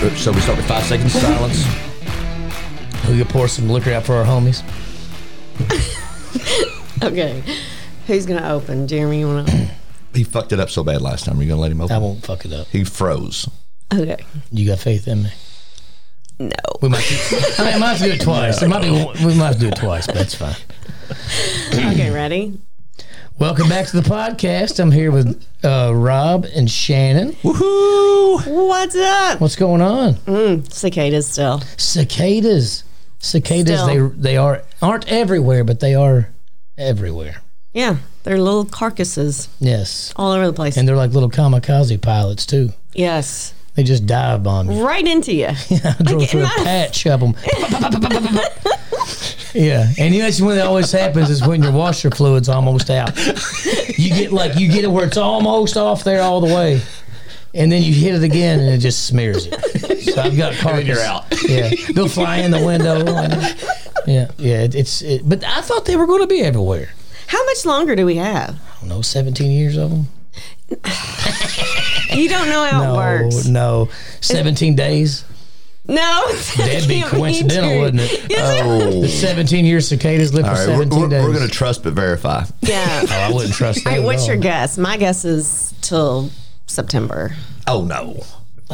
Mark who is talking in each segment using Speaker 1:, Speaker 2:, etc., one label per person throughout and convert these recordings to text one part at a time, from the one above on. Speaker 1: Cook Show. We start with five seconds of silence.
Speaker 2: We could pour some liquor out for our homies.
Speaker 3: Okay. Who's going to open? Jeremy, you want to?
Speaker 1: He fucked it up so bad last time. Are you gonna let him
Speaker 2: I
Speaker 1: open?
Speaker 2: won't fuck it up.
Speaker 1: He froze.
Speaker 3: Okay.
Speaker 2: You got faith in me.
Speaker 3: No.
Speaker 2: We might. I mean, I might have to do it twice. It might be, we might have to do it twice, but that's fine.
Speaker 3: Okay, ready?
Speaker 2: Welcome back to the podcast. I'm here with uh, Rob and Shannon.
Speaker 1: Woohoo!
Speaker 3: What's up?
Speaker 2: What's going on?
Speaker 3: Cicadas still.
Speaker 2: Cicadas. Cicadas.
Speaker 3: Still.
Speaker 2: They they are aren't everywhere, but they are everywhere.
Speaker 3: Yeah. They're little carcasses
Speaker 2: Yes,
Speaker 3: all over the place.
Speaker 2: and they're like little kamikaze pilots too.
Speaker 3: yes.
Speaker 2: They just dive bomb you.
Speaker 3: Right into you.
Speaker 2: I drove through a
Speaker 3: enough.
Speaker 2: patch of them. yeah, and you know, that's when it always happens is when your washer fluid's almost out. You get like you get it where it's almost off there all the way, and then you hit it again and it just smears it. So I've got carcass.
Speaker 1: you're out.
Speaker 2: Yeah, they'll fly in the window. yeah, yeah. It, it's it, but I thought they were going to be everywhere.
Speaker 3: How much longer do we have?
Speaker 2: I don't know, seventeen years of them.
Speaker 3: You don't know how
Speaker 2: No,
Speaker 3: it works.
Speaker 2: no, seventeen days.
Speaker 3: No.
Speaker 2: That'd be coincidental, wouldn't it?
Speaker 1: Oh.
Speaker 2: The seventeen year cicadas live
Speaker 1: All
Speaker 2: for
Speaker 1: right, we're,
Speaker 2: 17
Speaker 1: we're,
Speaker 2: days.
Speaker 1: we're gonna trust but verify.
Speaker 3: Yeah.
Speaker 2: Oh, I wouldn't trust that.
Speaker 3: All right,
Speaker 2: at
Speaker 3: what's
Speaker 2: all.
Speaker 3: your guess? My guess is till September.
Speaker 1: Oh no,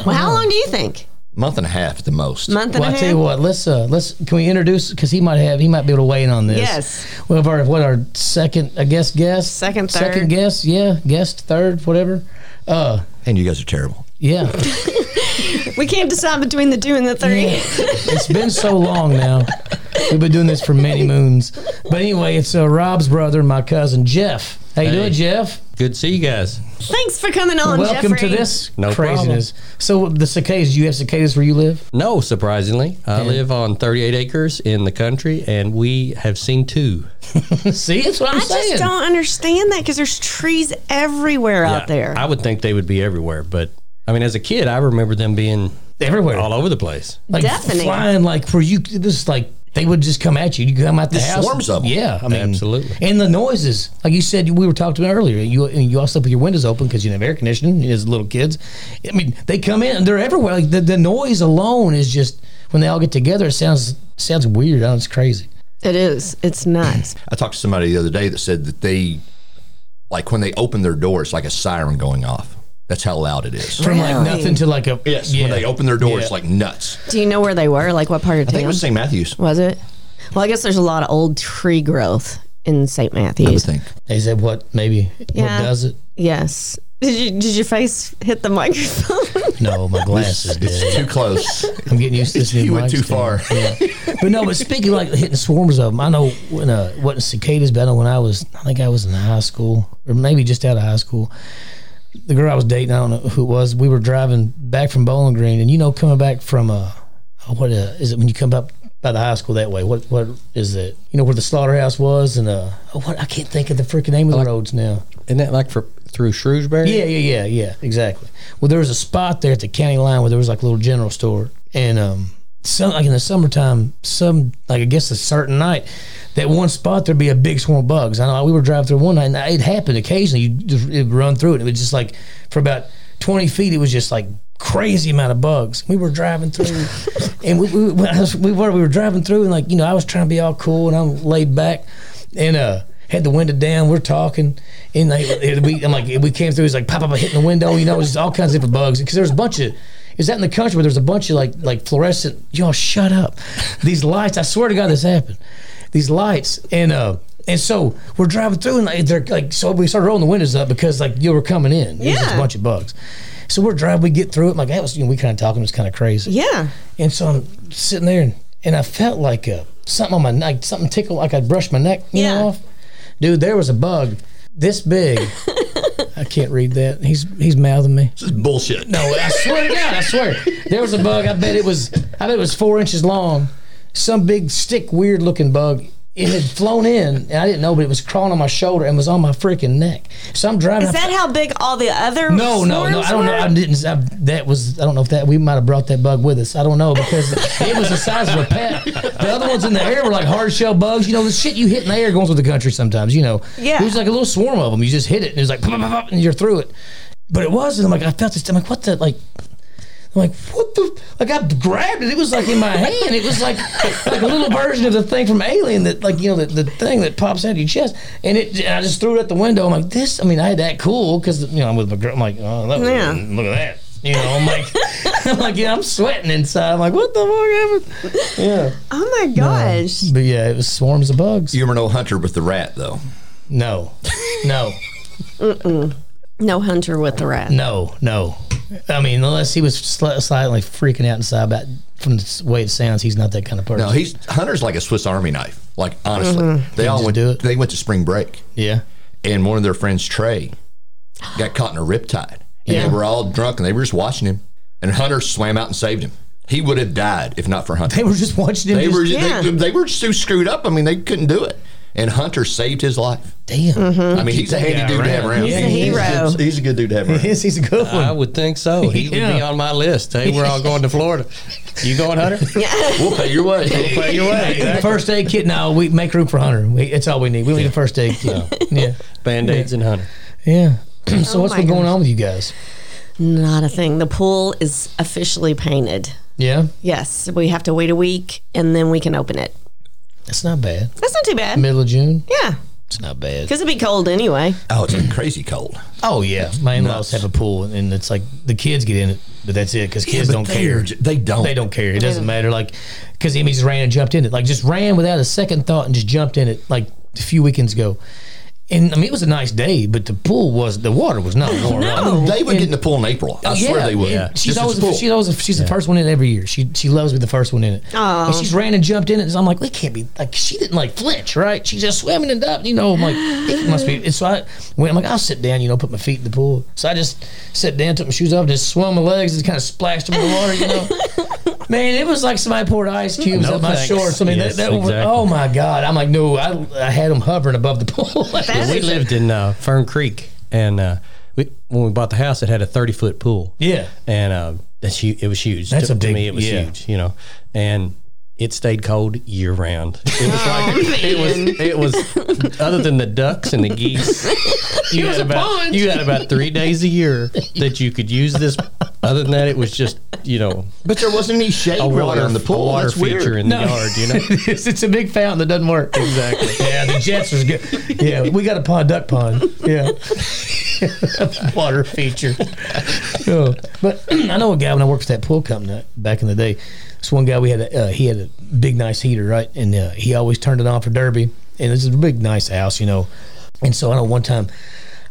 Speaker 3: Well, how long do you think?
Speaker 1: month and a half at the most.
Speaker 3: Month and
Speaker 2: Oh. Well,
Speaker 3: a
Speaker 2: I
Speaker 3: half?
Speaker 2: tell you what, let's uh, let's can we introduce because he might have he might be able to weigh in on this.
Speaker 3: Yes.
Speaker 2: We have our what our second I guess guest
Speaker 3: Second,
Speaker 2: second
Speaker 3: third.
Speaker 2: guest yeah guest third whatever uh
Speaker 1: and you guys are terrible.
Speaker 2: yeah
Speaker 3: We can't decide between the two and the three.
Speaker 2: it's been so long now we've been doing this for many moons but anyway it's uh, Rob's brother my cousin Jeff how you doing Jeff
Speaker 4: Good to see you guys.
Speaker 3: Thanks for coming on,
Speaker 2: welcome
Speaker 3: Jeffrey.
Speaker 2: to this
Speaker 4: No
Speaker 2: craziness so the cicadas you have cicadas where you live
Speaker 4: No, surprisingly, I live on 38 acres in the country, and we have seen two.
Speaker 2: see that's what I'm
Speaker 3: I
Speaker 2: saying
Speaker 3: just don't understand that because there's trees everywhere out there.
Speaker 4: I would think they would be everywhere, but I mean, as a kid, I remember them being
Speaker 2: everywhere
Speaker 4: all over the place.
Speaker 2: like
Speaker 3: Deafening.
Speaker 2: flying like for you this is like they would just come at you you come out the, house
Speaker 1: swarms of 'em.
Speaker 2: yeah i mean
Speaker 4: Absolutely.
Speaker 2: and the noises like you said we were talking about earlier you and you all slept with your windows open because you didn't have air conditioning as little kids i mean they come in and they're everywhere like the, the noise alone is just when they all get together it sounds sounds weird I know, it's crazy
Speaker 3: it is. It's nuts.
Speaker 1: I talked to somebody the other day that said that they, like when they open their door, it's like a siren going off. That's how loud it is.
Speaker 2: from
Speaker 3: Really?
Speaker 2: like nothing to like a
Speaker 1: Yes,
Speaker 2: yeah.
Speaker 1: when they open their door, it's
Speaker 2: Yeah.
Speaker 1: like nuts.
Speaker 3: Do you know where they were? Like what part of
Speaker 1: I
Speaker 3: town?
Speaker 1: think it was St. Matthews.
Speaker 3: Was it? Well, I guess there's a lot of old tree growth in St.
Speaker 1: I would
Speaker 3: Matthews.
Speaker 1: think.
Speaker 2: is that what maybe
Speaker 3: Yeah.
Speaker 2: what does it
Speaker 3: Yes. Did you did your face hit the microphone?
Speaker 2: no my glasses did
Speaker 1: It's too close.
Speaker 2: i'm getting used to this new
Speaker 1: you went
Speaker 2: mic
Speaker 1: too
Speaker 2: stand.
Speaker 1: far.
Speaker 2: But no, but speaking of, like hitting swarms of them, I know when uh, wasn't cicadas, but I know when I was, I think I was in high school or maybe just out of high school. The girl I was dating, I don't know who it was. We were driving back from Bowling Green, and you know, coming back from uh, what uh, is it when you come up by the high school that way? What what is it? You know where the slaughterhouse was, and uh, oh, what I can't think of the freaking name of the roads now.
Speaker 4: Isn't that like for through Shrewsbury?
Speaker 2: Yeah, yeah, yeah, yeah, exactly. Well, there was a spot there at the county line where there was like a little general store, and um, some like in the summertime, some like I guess a certain night, that one spot there'd be a big swarm of bugs. I know we were driving through one night, and it happened occasionally. You just it'd run through it. It was just like for about twenty feet, it was just like crazy amount of bugs. We were driving through, and we we, when I was, we were we were driving through, and like you know, I was trying to be all cool, and I'm laid back, and uh had the window down. We're talking, and like it- we, I'm like, we came through. It's like pop up, hitting the window. You know, it's all kinds of different bugs because there's a bunch of. Is that in the country where there's a bunch of like like fluorescent? Y'all shut up. These lights. I swear to God, this happened. These lights and uh and so we're driving through and like, they're like so we started rolling the windows up because like you were coming in. It was just
Speaker 3: Yeah.
Speaker 2: a bunch of bugs. So we're driving. We get through it. Like that was you know we kind of talking. It was kind of crazy.
Speaker 3: yeah.
Speaker 2: And so I'm sitting there, and, and I felt like uh something on my neck, something tickled, like I brushed my neck, you
Speaker 3: Yeah.
Speaker 2: know, off. Dude, there was a bug this big. I can't read that. He's he's mouthing me.
Speaker 1: This is bullshit.
Speaker 2: No, Oh, I swear to God, I swear. There was a bug. I bet it was. I bet it was four inches long. Some big stick, weird looking bug. It had flown in, and I didn't know, but it was crawling on my shoulder and was on my freaking neck. So I'm driving.
Speaker 3: Is
Speaker 2: I-
Speaker 3: that how big all the other
Speaker 2: no, no, no.
Speaker 3: swarms
Speaker 2: I don't know.
Speaker 3: were?
Speaker 2: I didn't. I, that was. I don't know if that we might have brought that bug with us. I don't know because it was the size of a pet. The other ones in the air were like hard shell bugs. You know the shit you hit in the air going through the country sometimes. You know.
Speaker 3: Yeah.
Speaker 2: It was like a little swarm of them. You just hit it and it was like pop, pop, pop, pop, and you're through it. But it wasn't. I'm like I felt this. I'm like what the like. I'm like, what the? Like I grabbed it. It was like in my hand. It was like like a little version of the thing from Alien that like you know the, the thing that pops out of your chest. And it, and I just threw it out the window. I'm like, this. I mean, I had that cool because you know I'm with my girl. I'm like, oh, that was,
Speaker 3: Yeah.
Speaker 2: look at that. You know, I'm like, I'm like, yeah, I'm sweating inside. I'm like, what the fuck happened? Yeah, Um,
Speaker 3: Oh my gosh.
Speaker 2: but yeah, it was swarms of bugs.
Speaker 1: You were no hunter with the rat though.
Speaker 2: No, no,
Speaker 3: No hunter with the rat.
Speaker 2: no, no. I mean, unless he was sli- slightly freaking out inside about from the s- way it sounds, he's not that kind of person.
Speaker 1: No, he's hunter's like a Swiss Army knife. Like honestly, they all
Speaker 2: just
Speaker 1: went.
Speaker 2: do it.
Speaker 1: They went to spring break,
Speaker 2: yeah.
Speaker 1: and one of their friends, Trey, got caught in a riptide, and
Speaker 2: Yeah.
Speaker 1: they were all drunk, and they were just watching him. And Hunter swam out and saved him. He would have died if not for Hunter.
Speaker 2: They were just watching him.
Speaker 1: They
Speaker 2: just,
Speaker 1: were
Speaker 3: Yeah.
Speaker 1: they, they were so screwed up. I mean, they couldn't do it. And Hunter saved his life.
Speaker 2: damn.
Speaker 1: I mean, he's a handy
Speaker 2: Yeah,
Speaker 1: dude to have
Speaker 2: right.
Speaker 1: around.
Speaker 2: Mm-hmm. He's a
Speaker 3: hero.
Speaker 1: good- he's a good dude to have around.
Speaker 2: Yes, he's a good one.
Speaker 4: I would think so. He would be
Speaker 2: Yeah.
Speaker 4: on my list. Hey, we're all going to Florida. You going, Hunter?
Speaker 1: We'll pay your way.
Speaker 4: Play your way.
Speaker 2: The first aid kit. No, we make room for Hunter. We, that's all we need. We need a first aid kit. Yeah,
Speaker 4: Band aids and Hunter.
Speaker 2: yeah. so what's
Speaker 3: my
Speaker 2: been going
Speaker 3: gosh.
Speaker 2: on with you guys?
Speaker 3: Not a thing. The pool is officially painted.
Speaker 2: Yeah,
Speaker 3: Yes, we have to wait a week and then we can open it.
Speaker 2: that's not bad.
Speaker 3: That's not too bad.
Speaker 2: Middle of June.
Speaker 3: Yeah,
Speaker 2: It's not bad.
Speaker 3: because it'd be cold anyway.
Speaker 1: Oh, it's been crazy cold.
Speaker 2: Oh yeah, my in-laws have a pool, and it's like the kids get in it, but that's it because kids don't care.
Speaker 1: They don't.
Speaker 2: They don't care. It doesn't matter. Like, because Emmy just ran and jumped in it. Like, just ran without a second thought and just jumped in it. Like a few weekends ago, and I mean it was a nice day, but the pool was the water was not warm. up.
Speaker 1: They would get in the pool in April. I swear they would.
Speaker 2: and
Speaker 1: Just as
Speaker 2: She's always
Speaker 1: full.
Speaker 2: she's always she's the first one in every year. She she loves me the first one in it.
Speaker 3: Aw.
Speaker 2: And she's ran and jumped in it. So I'm like, it can't be like she didn't like flinch, right? She's just swimming and up. You know, I'm like, it must be. And so I went. I'm like, I'll sit down. You know, put my feet in the pool. So I just sat down, took my shoes off, just swung my legs, and kind of splashed them in the water. You know. Man, it was like somebody poured ice cubes
Speaker 4: No
Speaker 2: up my
Speaker 4: thanks.
Speaker 2: shorts. I mean,
Speaker 4: Yes,
Speaker 2: that, that was,
Speaker 4: exactly.
Speaker 2: oh my god! I'm like, no, I, I had them hovering above the pool.
Speaker 3: That
Speaker 4: We
Speaker 3: is-
Speaker 4: lived in uh, Fern Creek, and uh, we, when we bought the house, it had a 30 foot pool.
Speaker 2: yeah,
Speaker 4: and uh, that's hu- it was huge.
Speaker 2: That's
Speaker 4: to,
Speaker 2: a
Speaker 4: to
Speaker 2: big-
Speaker 4: me. It was
Speaker 2: yeah.
Speaker 4: huge, you know, and it stayed cold year round. It was like it was it was other than the ducks and the geese. You had about
Speaker 2: pond.
Speaker 4: you had about three days a year that you could use this. Other than that, it was just you know
Speaker 1: But there wasn't any shade
Speaker 4: a
Speaker 1: really
Speaker 4: water
Speaker 1: on the
Speaker 4: a
Speaker 1: pool.
Speaker 4: water
Speaker 1: That's
Speaker 4: feature
Speaker 1: weird.
Speaker 4: in the yard. You know,
Speaker 2: it's, it's a big fountain that doesn't work. Exactly. yeah, the Jets was good. Yeah, we got a pond, duck pond. Yeah. Water feature. Yeah. But I know a guy when I worked for that pool company back in the day. This one guy we had, a, uh, he had a big nice heater, right? And uh, he always turned it on for Derby. And this is a big nice house, you know. And so I know one time.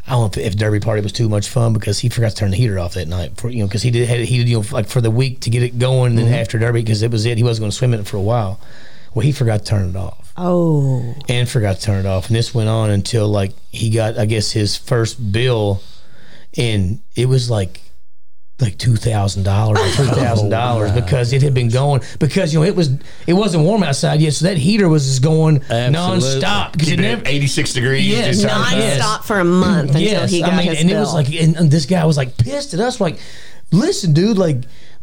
Speaker 2: I don't know if, if Derby Party was too much fun because he forgot to turn the heater off that night. For you know, because he did had it heated you know like for the week to get it going. And then after Derby, because it was it, he wasn't going to swim in it for a while. Well, he forgot to turn it off
Speaker 3: Oh,
Speaker 2: and forgot to turn it off. And this went on until like he got, I guess, his first bill, and it was like like two thousand dollars or three thousand dollars because it had been going because you know it was it wasn't warm outside yet, so that heater was just going
Speaker 4: Absolutely.
Speaker 2: nonstop because it
Speaker 1: Keep it at
Speaker 2: never
Speaker 1: 86 degrees.
Speaker 2: Yes,
Speaker 1: this time.
Speaker 3: non-stop
Speaker 2: Yes.
Speaker 3: for a month until
Speaker 2: yes,
Speaker 3: he got
Speaker 2: I mean,
Speaker 3: his
Speaker 2: and
Speaker 3: bill.
Speaker 2: it was like, and, and this guy was like pissed at us, like, listen, dude, like.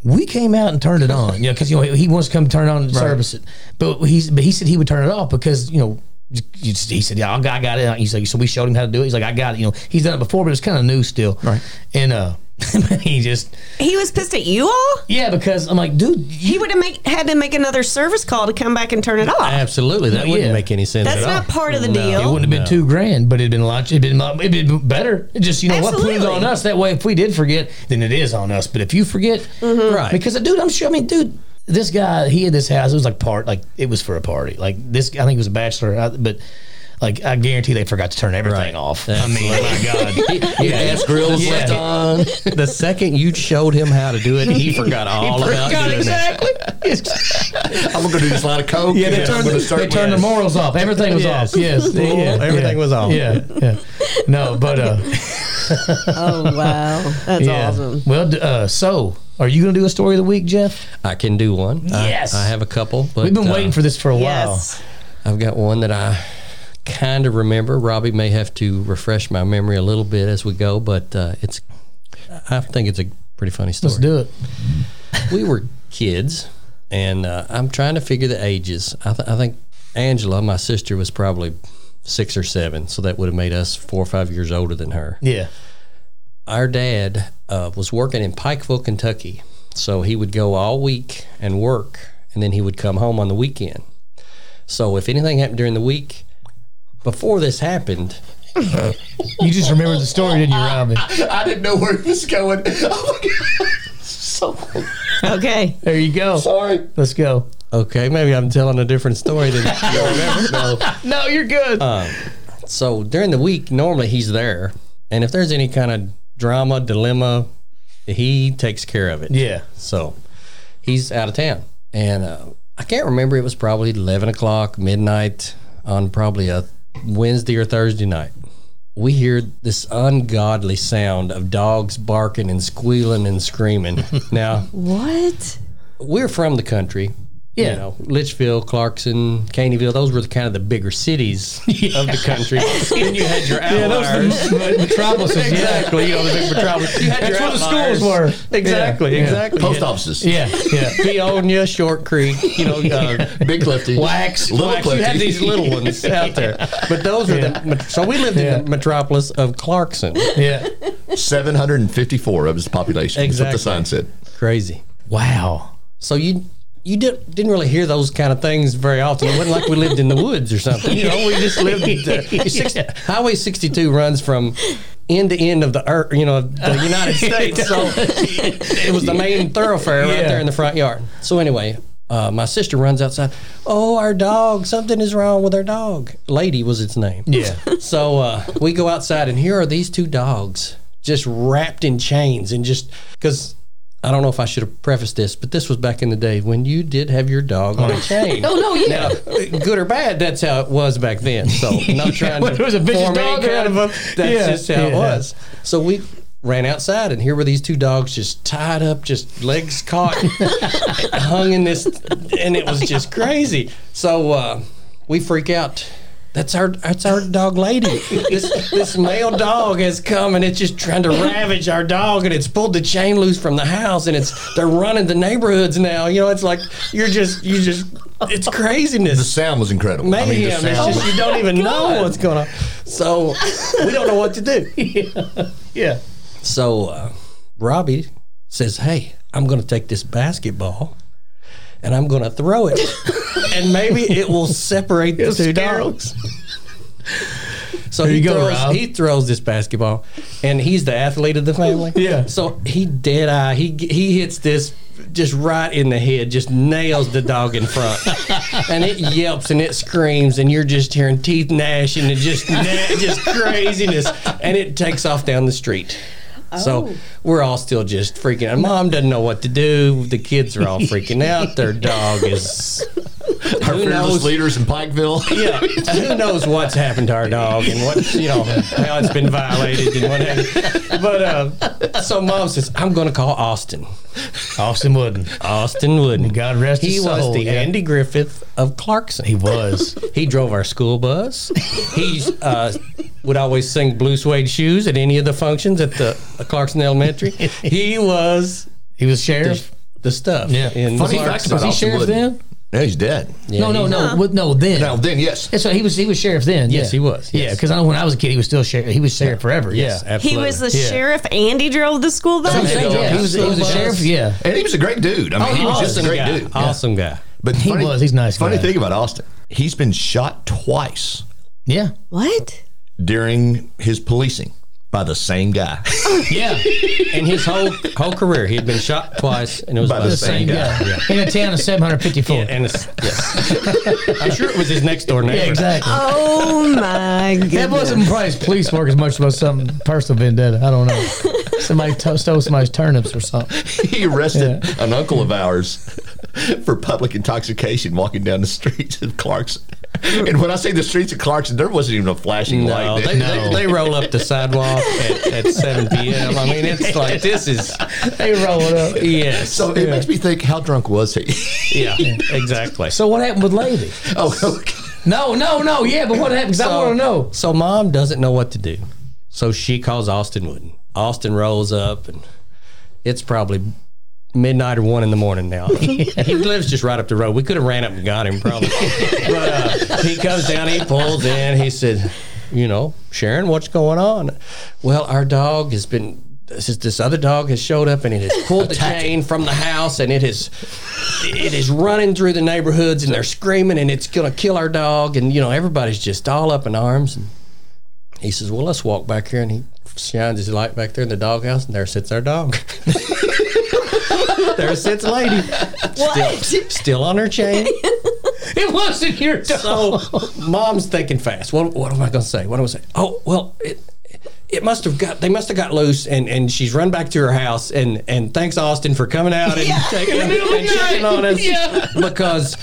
Speaker 2: We came out and turned it on, you know, because you know he wants to come turn it on and service it, but he but he said he would turn it off because you know you just- he said yeah I got, I got it. He's like so we showed him how to do it. He's like I got it. You know he's done it before, but it's kind of new still. Right. And uh, he just
Speaker 3: he was pissed at you all.
Speaker 2: yeah because I'm like dude
Speaker 3: He would have make, had to make another service call to come back and turn it off.
Speaker 4: absolutely that wouldn't
Speaker 2: Yeah.
Speaker 4: make any sense.
Speaker 3: That's
Speaker 4: at all.
Speaker 3: not part of the
Speaker 4: No.
Speaker 2: It
Speaker 3: deal.
Speaker 2: wouldn't have been two grand, but it'd been a lot. It'd been, a lot- it'd been better. It just you know what, put it
Speaker 3: Absolutely.
Speaker 2: on us. That way, if we did forget, then it is on us. But if you forget,
Speaker 3: Mm-hmm.
Speaker 4: Right.
Speaker 2: Because dude, I'm sure. I mean, dude, this guy he had this house. It was like part like it was for a party. Like this, I think it was a bachelor, I- but. Like I guarantee they forgot to turn everything
Speaker 4: Right.
Speaker 2: off. I
Speaker 4: That's
Speaker 2: mean, my God,
Speaker 1: Yeah, ass grills
Speaker 2: Yeah.
Speaker 1: left on.
Speaker 4: The second you showed him how to do it, he forgot all about
Speaker 2: God,
Speaker 4: doing it.
Speaker 2: exactly.
Speaker 1: I'm gonna do this line of coke.
Speaker 2: Yeah, they
Speaker 1: I'm
Speaker 2: turned,
Speaker 1: gonna
Speaker 2: the,
Speaker 1: start
Speaker 2: they turned the
Speaker 1: with-
Speaker 2: morals off. Everything was
Speaker 4: Yes.
Speaker 2: off. Yes,
Speaker 4: Well,
Speaker 2: yeah,
Speaker 4: everything
Speaker 2: yeah.
Speaker 4: was off.
Speaker 2: Yeah, yeah. No, but uh,
Speaker 3: Oh wow, that's
Speaker 2: yeah. Well, d- uh, so are you going to do a story of the week, Jeff?
Speaker 4: I can do one. I-
Speaker 2: Yes.
Speaker 4: I, have a couple. But,
Speaker 2: We've been
Speaker 4: uh,
Speaker 2: waiting for this for a
Speaker 3: Yes.
Speaker 4: I've got one that I kind of remember. Robbie may have to refresh my memory a little bit as we go, but uh, it's. I think it's a pretty funny
Speaker 2: while.
Speaker 4: story.
Speaker 2: Let's do it.
Speaker 4: we were kids, and uh, I'm trying to figure the ages. I, th- I think Angela, my sister, was probably six or seven, so that would have made us four or five years older than her.
Speaker 2: Yeah.
Speaker 4: Our dad uh, was working in Pikeville, Kentucky, So he would go all week and work, and then he would come home on the weekend. So if anything happened during the week, before this happened,
Speaker 2: You just remembered the story, didn't you, Robin?
Speaker 1: I didn't know where it was going. Oh my God.
Speaker 3: Okay.
Speaker 2: There you go.
Speaker 1: Sorry.
Speaker 2: Let's go.
Speaker 4: okay, maybe I'm telling a different story than you remember. No.
Speaker 2: No, you're good.
Speaker 4: So during the week, normally he's there, and if there's any kind of drama, dilemma, he takes care of it.
Speaker 2: yeah.
Speaker 4: So he's out of town. And uh, I can't remember. It was probably 11 o'clock, midnight on probably a Wednesday or Thursday night. We hear this ungodly sound of dogs barking and squealing and screaming. now,
Speaker 3: What?
Speaker 4: we're from the country.
Speaker 2: Yeah.
Speaker 4: You know, Litchfield, Clarkson, Caneyville, those were the kind of the bigger cities of the country. then you had your outliers.
Speaker 2: Metropolises, yeah.
Speaker 4: exactly. You know, the big metropolis. You had
Speaker 2: That's
Speaker 4: your
Speaker 2: where the
Speaker 4: outliers.
Speaker 2: schools were.
Speaker 4: Exactly,
Speaker 2: Yeah, yeah.
Speaker 4: exactly.
Speaker 1: Post offices.
Speaker 2: Yeah, yeah.
Speaker 4: Peonia, Short Creek, you know, uh,
Speaker 1: Big Clifty.
Speaker 4: Wax,
Speaker 1: Little
Speaker 4: Wax. You
Speaker 1: Clifty.
Speaker 4: had these little ones out there, but those are the the. So we lived
Speaker 2: Yeah.
Speaker 4: in the metropolis of Clarkson.
Speaker 2: Yeah.
Speaker 1: 754 of its population.
Speaker 4: Exactly.
Speaker 1: That's what the sign said.
Speaker 4: Crazy.
Speaker 2: Wow.
Speaker 4: So you you did, didn't really hear those kind of things very often. It wasn't like we lived in the woods or something. You know, we just lived. Uh, six, Highway 62 runs from end to end of the earth, you know, of the United States. So it was the main thoroughfare right
Speaker 2: Yeah.
Speaker 4: there in the front yard. So anyway. Uh, my sister runs outside. Oh, our dog! Something is wrong with our dog. Lady was its name.
Speaker 2: Yeah.
Speaker 4: So uh, we go outside, and here are these two dogs just wrapped in chains and just because I don't know if I should have prefaced this, but this was back in the day when you did have your dog on a chain.
Speaker 3: Oh no, yeah.
Speaker 4: Now, good or bad, that's how it was back then. So, not trying
Speaker 2: whether
Speaker 4: to
Speaker 2: it was a vicious
Speaker 4: form any
Speaker 2: dog or
Speaker 4: kind of
Speaker 2: a-
Speaker 4: a, that's
Speaker 2: Yeah,
Speaker 4: just how it
Speaker 2: yeah.
Speaker 4: was. So we ran outside, and here were these two dogs just tied up, just legs caught, hung in this, and it was just crazy. So uh, we freak out. That's our that's our dog lady. This this male dog has come and it's just trying to ravage our dog and it's pulled the chain loose from the house and it's they're running the neighborhoods now. You know, it's like you're just you just it's
Speaker 1: The
Speaker 4: craziness.
Speaker 1: sound was incredible.
Speaker 4: Mayhem.
Speaker 1: I mean, the
Speaker 4: it's
Speaker 1: sound Oh
Speaker 4: just
Speaker 1: was,
Speaker 4: you don't even know what's going on. So we don't know what to do.
Speaker 2: Yeah.
Speaker 4: So uh, Robbie says, "Hey, I'm going to take this basketball and I'm going to throw it, and maybe it will separate the two
Speaker 2: scare 'em.
Speaker 4: dogs." So
Speaker 2: There
Speaker 4: he
Speaker 2: you go,
Speaker 4: throws,
Speaker 2: Rob.
Speaker 4: he throws this basketball, and he's the athlete of the family.
Speaker 2: Yeah.
Speaker 4: So he dead eye. He he hits this just right in the head, just nails the dog in front, and it yelps and it screams, and you're just hearing teeth gnashing and just gna- just craziness, and it takes off down the street.
Speaker 2: Oh.
Speaker 4: So we're all still just freaking out. Mom doesn't know what to do. The kids are all freaking out. Their dog is
Speaker 1: our
Speaker 4: who
Speaker 1: fearless
Speaker 4: knows?
Speaker 1: leaders in Pikeville.
Speaker 4: yeah, who knows what's happened to our dog and what you know how it's been violated and what have you. But uh, so mom says, "I'm going to call Austin,
Speaker 2: Austin Wooden.
Speaker 4: Austin Wooden.
Speaker 2: God rest
Speaker 4: He
Speaker 2: his
Speaker 4: was
Speaker 2: soul.
Speaker 4: the
Speaker 2: yeah.
Speaker 4: Andy Griffith of Clarkson.
Speaker 2: He was.
Speaker 4: He drove our school bus. He uh, would always sing blue suede shoes at any of the functions at the uh, Clarkson Elementary. He was
Speaker 2: He was sheriff.
Speaker 4: the stuff.
Speaker 2: Yeah.
Speaker 4: in
Speaker 1: Funny fact
Speaker 4: Clarkson.
Speaker 1: about Austin
Speaker 2: sheriff
Speaker 1: Wooden.
Speaker 2: then?
Speaker 1: Yeah, he's dead.
Speaker 4: Yeah,
Speaker 2: no, no,
Speaker 4: he-
Speaker 2: no. What- No, then.
Speaker 1: Now then, yes.
Speaker 2: That's right. He was he was sheriff then.
Speaker 4: Yes,
Speaker 2: yeah.
Speaker 4: he was,
Speaker 2: Yeah,
Speaker 4: yes.
Speaker 2: because I know when I was a kid, he was still sheriff. He was sheriff forever.
Speaker 4: Yes,
Speaker 2: yeah.
Speaker 3: He
Speaker 4: absolutely.
Speaker 3: was the
Speaker 2: Yeah.
Speaker 3: sheriff and he drove the school
Speaker 2: I'm
Speaker 3: bus.
Speaker 1: Yeah.
Speaker 2: saying, yeah, he was, he was a sheriff. Yeah,
Speaker 1: And he was a great dude. I
Speaker 2: Oh,
Speaker 1: mean, he was just a
Speaker 4: awesome
Speaker 1: great
Speaker 4: guy.
Speaker 1: dude. Yeah.
Speaker 4: Awesome guy.
Speaker 1: But
Speaker 2: He
Speaker 1: funny,
Speaker 2: was. He's a nice
Speaker 1: Funny
Speaker 2: guy.
Speaker 1: thing about Austin, he's been shot twice
Speaker 2: yeah,
Speaker 3: What?
Speaker 1: during his policing by the same guy.
Speaker 2: yeah.
Speaker 4: And his whole whole career, he had been shot twice, and it was by, the same guy.
Speaker 2: yeah. In a town of 754. Yeah,
Speaker 4: And it's, yes, I'm sure it was his next door neighbor.
Speaker 2: exactly.
Speaker 3: Oh my
Speaker 2: That
Speaker 3: god.
Speaker 2: wasn't probably his police work as much as some personal vendetta. I don't know. Somebody to- stole somebody's turnips or something.
Speaker 1: he arrested an uncle of ours for public intoxication walking down the streets of Clarkson. And when I say the streets of Clarkson, there wasn't even a flashing
Speaker 4: No,
Speaker 1: light.
Speaker 4: they, They, they roll up the sidewalk at, at 7 p.m. I mean, it's like this is
Speaker 2: They roll it up.
Speaker 4: yes,
Speaker 1: so it makes me think, how drunk was he?
Speaker 4: yeah, exactly.
Speaker 2: So what happened with Lady?
Speaker 1: oh, okay.
Speaker 2: No, no, no. Yeah, but what happened? 'Cause I want to know.
Speaker 4: So mom doesn't know what to do. So she calls Austin Wooden. Austin rolls up and it's probably midnight or one in the morning now. he lives just right up the road. We could have ran up and got him probably. but uh, he comes down, he pulls in, he said, you know, Sharon, what's going on? Well, our dog has been this is this other dog has showed up and it has pulled the chain from the house and it is it is running through the neighborhoods and they're screaming and it's gonna kill our dog and you know everybody's just all up in arms and he says well let's walk back here and he shines his light back there in the doghouse and there sits our dog there sits lady Still, still on her chain
Speaker 2: It wasn't your dog.
Speaker 4: so mom's thinking fast. What, what am I going to say? What am I going to say? Oh, well, it, it must have got, they must have got loose and, and she's run back to her house and, and thanks Austin for coming out and taking and checking on us because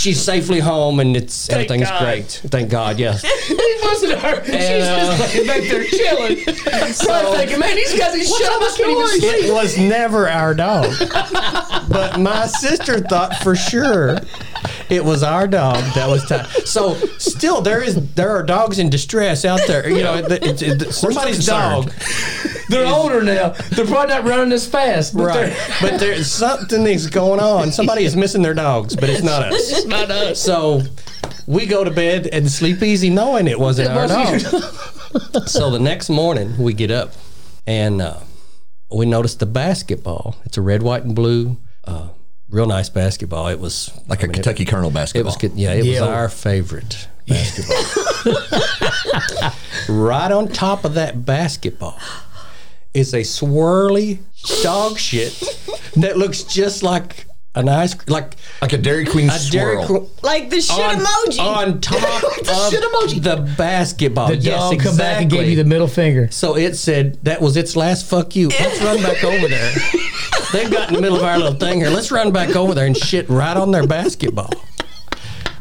Speaker 4: she's safely home and it's, everything's
Speaker 2: God.
Speaker 4: great. Thank God. Yes.
Speaker 2: It wasn't her. She's
Speaker 4: uh,
Speaker 2: just laying back there chilling. so I'm thinking, man, these guys, these shut up. I can't even sleep.
Speaker 4: It was never our dog. but my sister thought for sure it was our dog that was tied. So still there is there are dogs in distress out there. You know, it, it, it, somebody's
Speaker 1: concerned.
Speaker 4: dog.
Speaker 2: They're older now. They're probably not running as fast. But
Speaker 4: Right.
Speaker 2: They're,
Speaker 4: But there's something that's going on. Somebody is missing their dogs, but it's not us.
Speaker 2: it's not us.
Speaker 4: So we go to bed and sleep easy knowing it wasn't our
Speaker 2: wasn't
Speaker 4: dog. so the next morning we get up and uh, we notice the basketball. It's a red, white, and blue, uh, real nice basketball. It was
Speaker 1: Like a Kentucky Colonel
Speaker 4: it
Speaker 1: basketball.
Speaker 4: was good. Yeah, it was
Speaker 2: Yeah.
Speaker 4: our favorite basketball. right on top of that basketball is a swirly dog shit that looks just like an ice like
Speaker 1: like a Dairy Queen
Speaker 4: a
Speaker 1: swirl.
Speaker 4: Dairy Queen
Speaker 3: Like the shit emoji.
Speaker 4: on top of
Speaker 2: shit emoji.
Speaker 4: the basketball.
Speaker 2: The
Speaker 4: yes,
Speaker 2: dog
Speaker 4: exactly.
Speaker 2: come back and gave you the middle finger.
Speaker 4: So it said that was its last fuck you. Let's run back over there. They've got in the middle of our little thing here. Let's run back over there and shit right on their basketball.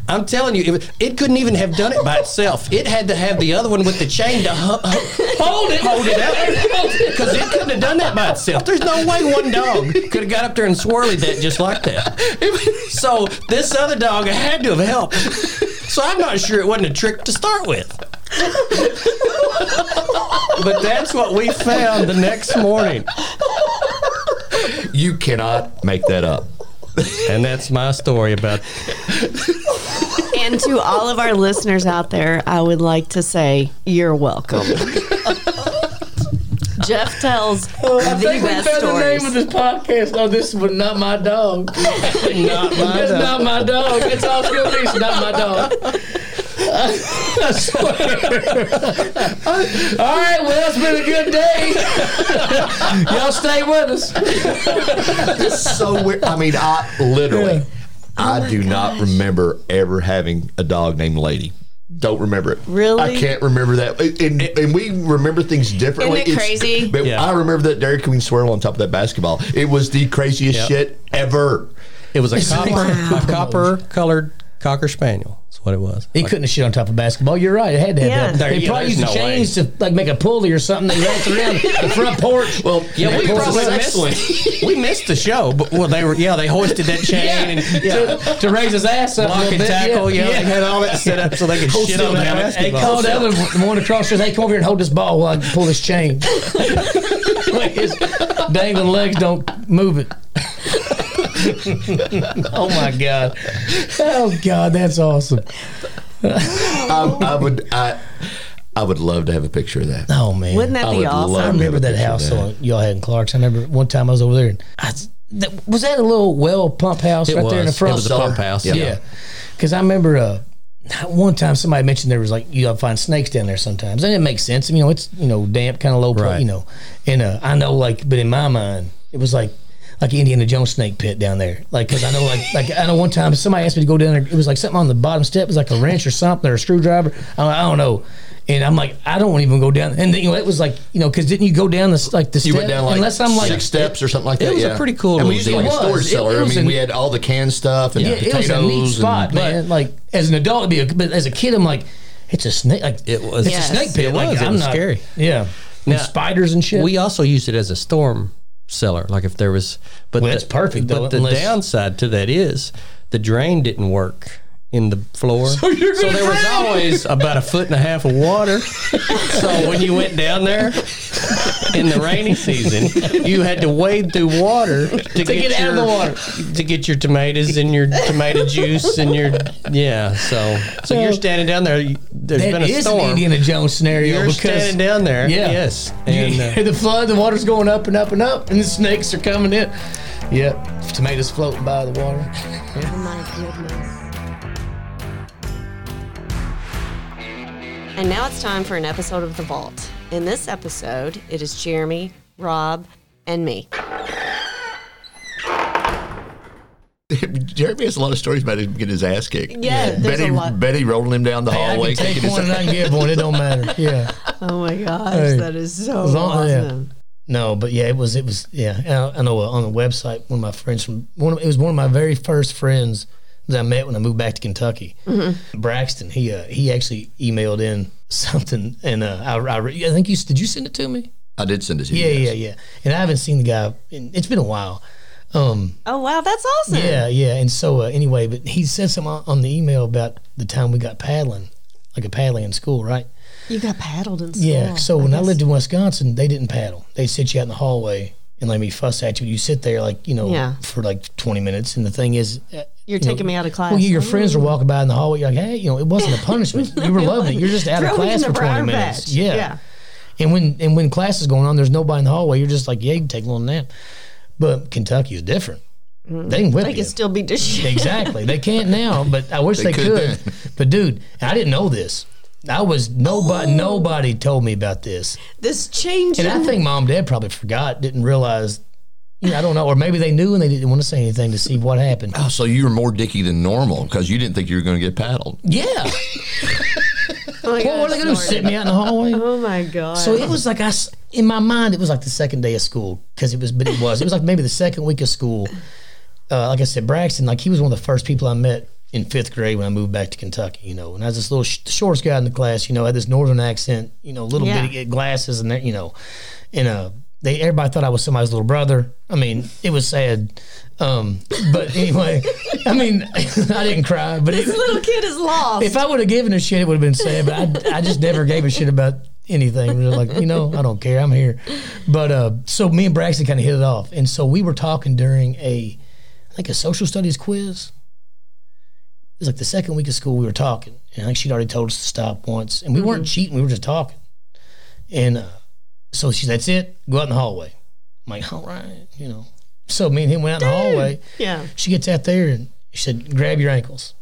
Speaker 4: I'm telling you, it, it couldn't even have done it by itself. It had to have the other one with the chain to hu- hu- hold it, hold it up, because it couldn't have done that by itself. There's no way one dog could have got up there and swirled that just like that. So this other dog had to have helped. So I'm not sure it wasn't a trick to start with. But that's what we found the next morning.
Speaker 1: You cannot make that up.
Speaker 4: And that's my story about
Speaker 3: and to all of our listeners out there, I would like to say you're welcome. Jeff tells
Speaker 2: Oh, I
Speaker 3: the
Speaker 2: think we found
Speaker 3: best
Speaker 2: the name of
Speaker 3: stories.
Speaker 2: this podcast. Oh, this was not my dog.
Speaker 4: not my
Speaker 2: That's
Speaker 4: dog.
Speaker 2: not my dog. That's all it's gonna be. It's not my dog. I swear. all right, well, it's been a good day. Y'all stay with us.
Speaker 1: It's so weird. I mean, I literally,
Speaker 2: Yeah.
Speaker 3: Oh
Speaker 1: I do not remember ever having a dog named Lady. Don't remember it.
Speaker 3: Really?
Speaker 1: I can't remember that. And, and we remember things differently.
Speaker 3: Isn't it crazy?
Speaker 1: But
Speaker 4: Yeah.
Speaker 1: I remember that Dairy Queen swirl on top of that basketball. It was the craziest
Speaker 4: Yep.
Speaker 1: shit ever.
Speaker 4: It was a copper, a copper colored cocker spaniel. That's what it was.
Speaker 2: He couldn't have shit on top of basketball. You're right. It had to have
Speaker 3: Yeah.
Speaker 2: that.
Speaker 4: There-
Speaker 2: they
Speaker 4: yeah,
Speaker 2: probably
Speaker 4: there's
Speaker 2: used the
Speaker 4: no
Speaker 2: chains to like make a pulley or something. They wrapped around the front porch.
Speaker 1: Well,
Speaker 4: Yeah, we
Speaker 2: Yeah,
Speaker 4: probably
Speaker 2: that's
Speaker 4: missed. we missed the show, but well, they were. Yeah, they hoisted that chain and yeah,
Speaker 2: to, to raise his ass up. a
Speaker 4: block
Speaker 2: little
Speaker 4: and
Speaker 2: bit.
Speaker 4: tackle. Yeah, they
Speaker 2: yeah.
Speaker 4: had all that set up so they could shit
Speaker 2: Still
Speaker 4: on that
Speaker 2: down. They
Speaker 4: basketball.
Speaker 2: called the other the one across says, "Hey, come over here and hold this ball while I pull this chain." like his dangling legs don't move it. oh my god! Oh god, that's awesome.
Speaker 1: I, I would, I, I would love to have a picture of that.
Speaker 2: Oh man,
Speaker 3: Wouldn't that
Speaker 1: I
Speaker 3: be
Speaker 1: would
Speaker 3: awesome?
Speaker 1: love-
Speaker 2: I remember that house on y'all had in Clark's. I remember one time I was over there and I, that, was that a little well pump house right there in the front.
Speaker 4: It was a
Speaker 1: Cellar.
Speaker 4: pump house.
Speaker 1: Yeah.
Speaker 2: Yeah, because I remember uh, one time somebody mentioned there was like you gotta find snakes down there sometimes, and it makes sense. I mean, you know, it's you know damp, kind of low, pla-
Speaker 4: Right.
Speaker 2: you know, and uh, I know like, but in my mind, it was like. Like Indiana Jones snake pit down there, like because I know, like, like I know one time somebody asked me to go down there. It was like something on the bottom step, it was like a wrench or something or a screwdriver. I'm like, I don't know, and I'm like, I don't even go down. And you know, it was like, you know, because didn't you go down this like the
Speaker 1: You
Speaker 2: step?
Speaker 1: went down like
Speaker 2: unless I'm like
Speaker 1: six steps or something like that.
Speaker 4: was a
Speaker 1: yeah.
Speaker 4: pretty cool
Speaker 1: And we
Speaker 4: little
Speaker 1: used to like a storage
Speaker 2: deal. It was. It-
Speaker 1: cellar.
Speaker 2: it
Speaker 1: I
Speaker 2: was
Speaker 1: mean,
Speaker 2: a-
Speaker 1: we had all the canned stuff and
Speaker 2: Yeah, it
Speaker 1: potatoes.
Speaker 2: was a neat
Speaker 1: and-
Speaker 2: spot, man. Like as an adult, it'd be a, but as a kid, I'm like, it's a snake. Like
Speaker 4: It was-
Speaker 2: it's
Speaker 3: Yes.
Speaker 2: a snake pit.
Speaker 4: It
Speaker 2: like,
Speaker 4: was. It
Speaker 2: I'm
Speaker 4: was
Speaker 2: not-
Speaker 4: scary.
Speaker 2: Yeah,
Speaker 4: Now-
Speaker 2: and spiders and shit.
Speaker 4: We also used it as a storm cellar, like if there was. But
Speaker 2: Well, that's perfect, though,
Speaker 4: But the
Speaker 2: unless-
Speaker 4: downside to that is the drain didn't work, in the floor. So,
Speaker 2: you're gonna
Speaker 4: there was always about a foot and a half of water. so when you went down there in the rainy season, you had to wade through water to,
Speaker 2: get out of the
Speaker 4: your-
Speaker 2: water.
Speaker 4: to get your tomatoes and your tomato juice and your yeah. So so you're standing down there. you- There's
Speaker 2: That
Speaker 4: been a
Speaker 2: is an
Speaker 4: storm.
Speaker 2: Indiana Jones scenario
Speaker 4: You're
Speaker 2: because
Speaker 4: standing down there.
Speaker 2: Yeah.
Speaker 4: Yes.
Speaker 2: you
Speaker 4: And uh,
Speaker 2: hear the flood, the water's going up and up and up, and the snakes are coming in. Yep, tomatoes floating by the water.
Speaker 3: Oh my goodness. And now it's time for an episode of The Vault. In this episode, it is Jeremy, Rob, and me.
Speaker 1: Jeremy has a lot of stories about him getting his ass kicked.
Speaker 3: Yeah, there's
Speaker 1: Betty,
Speaker 3: a lot.
Speaker 1: Betty rolling him down the
Speaker 2: I
Speaker 1: hallway.
Speaker 2: can take
Speaker 1: kicking his
Speaker 2: one and I can give one. It don't matter. Yeah.
Speaker 3: Oh my gosh,
Speaker 2: Hey.
Speaker 3: that is so
Speaker 2: As long- yeah.
Speaker 3: awesome.
Speaker 2: No, but yeah, it was it was yeah. And I, I know uh, on the website, one of my friends from one of, it was one of my very first friends that I met when I moved back to Kentucky. Mm-hmm. Braxton, he uh, he actually emailed in something, and uh, I, I re- I think you s- did you send it to me?
Speaker 1: I did send it to you.
Speaker 2: Yeah,
Speaker 1: yes.
Speaker 2: yeah, yeah. And I haven't seen the guy. In, it's been a while. Um,
Speaker 3: Oh wow, that's awesome.
Speaker 2: yeah, yeah. And so uh, anyway, but he said something on- on the email about the time we got paddling, like a paddling in school, right?
Speaker 3: You got paddled in school.
Speaker 2: Yeah. So when I,
Speaker 3: guess.
Speaker 2: lived in Wisconsin, they didn't paddle. They sit you out in the hallway and let me fuss at you. You sit there like you know
Speaker 3: Yeah.
Speaker 2: for like twenty minutes, and the thing is, uh,
Speaker 3: You're
Speaker 2: you know,
Speaker 3: taking me out of class.
Speaker 2: Well, you- your friends are walking by in the hallway. You're like, hey, you know, it wasn't a punishment. You were loving it. You're just out of
Speaker 3: Throw me in
Speaker 2: class
Speaker 3: the
Speaker 2: for
Speaker 3: briar
Speaker 2: twenty minutes.
Speaker 3: patch.
Speaker 2: Yeah.
Speaker 3: Yeah.
Speaker 2: And when and when class is going on, there's nobody in the hallway. You're just like, yeah, you can take a little nap. But Kentucky is different. Mm-hmm. They can whip
Speaker 3: I
Speaker 2: you.
Speaker 3: could still be dis-
Speaker 2: Exactly. They can't now, but I wish
Speaker 1: They
Speaker 2: they, could.
Speaker 1: could
Speaker 2: But dude, and I didn't know this. I was nobody. Nobody told me about this,
Speaker 3: this change.
Speaker 2: and I think mom and dad probably forgot, didn't realize. You know, I don't know, or maybe they knew and they didn't want to say anything to see what happened.
Speaker 1: Oh, so you were more dicky than normal because you didn't think you were going to get paddled.
Speaker 2: Yeah.
Speaker 3: oh my
Speaker 2: What were they going to do, sit me out in the hallway?
Speaker 3: Oh my god.
Speaker 2: So it was like I, s- in my mind, it was like the second day of school because it was, but it was, it was like maybe the second week of school. Uh, like I said, Braxton, like he was one of the first people I met in fifth grade when I moved back to Kentucky, you know, and I was this little sh- the shortest guy in the class, you know, had this northern accent, you know, little
Speaker 3: Yeah.
Speaker 2: bitty glasses and that, you know, and uh, they everybody thought I was somebody's little brother. I mean, it was sad. Um, but anyway, I mean, I didn't cry, but it,
Speaker 3: this little kid is lost.
Speaker 2: if I would have given a shit, it would have been sad. But I, I just never gave a shit about anything. We were like, you know, I don't care. I'm here. But uh, so me and Braxton kind of hit it off, and so we were talking during a, I think a social studies quiz. It was like the second week of school. We were talking, and I think she'd already told us to stop once, and we weren't cheating. We were just talking, and uh, so she, that's it. Go out in the hallway. I'm like, all right, you know. So me and him went out in the hallway.
Speaker 3: yeah.
Speaker 2: She gets out there and she said, "Grab your ankles."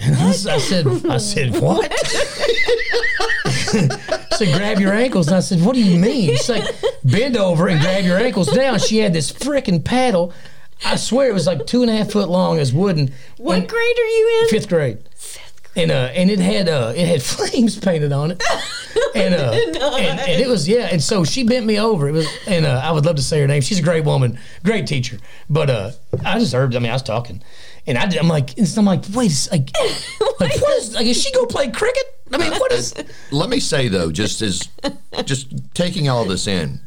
Speaker 2: And I, s- I said, "I said what?" She said, "Grab your ankles." And I said, "What do you mean?" She's like, "Bend over and grab your ankles down." She had this freaking paddle. I swear it was like two and a half foot long as wooden.
Speaker 3: What
Speaker 2: And-
Speaker 3: grade are you in?
Speaker 2: Fifth grade. And uh, and it had uh, it had flames painted on it, and uh, and, and it was yeah. And so she bent me over. It was and uh, I would love to say her name. She's a great woman, great teacher. But uh, I just heard. I mean, I was talking, and I did- I'm like, and I'm like, wait, a s- like, like what is like? Is she go play cricket? I mean, what is?
Speaker 1: Let me say though, just as just taking all this in,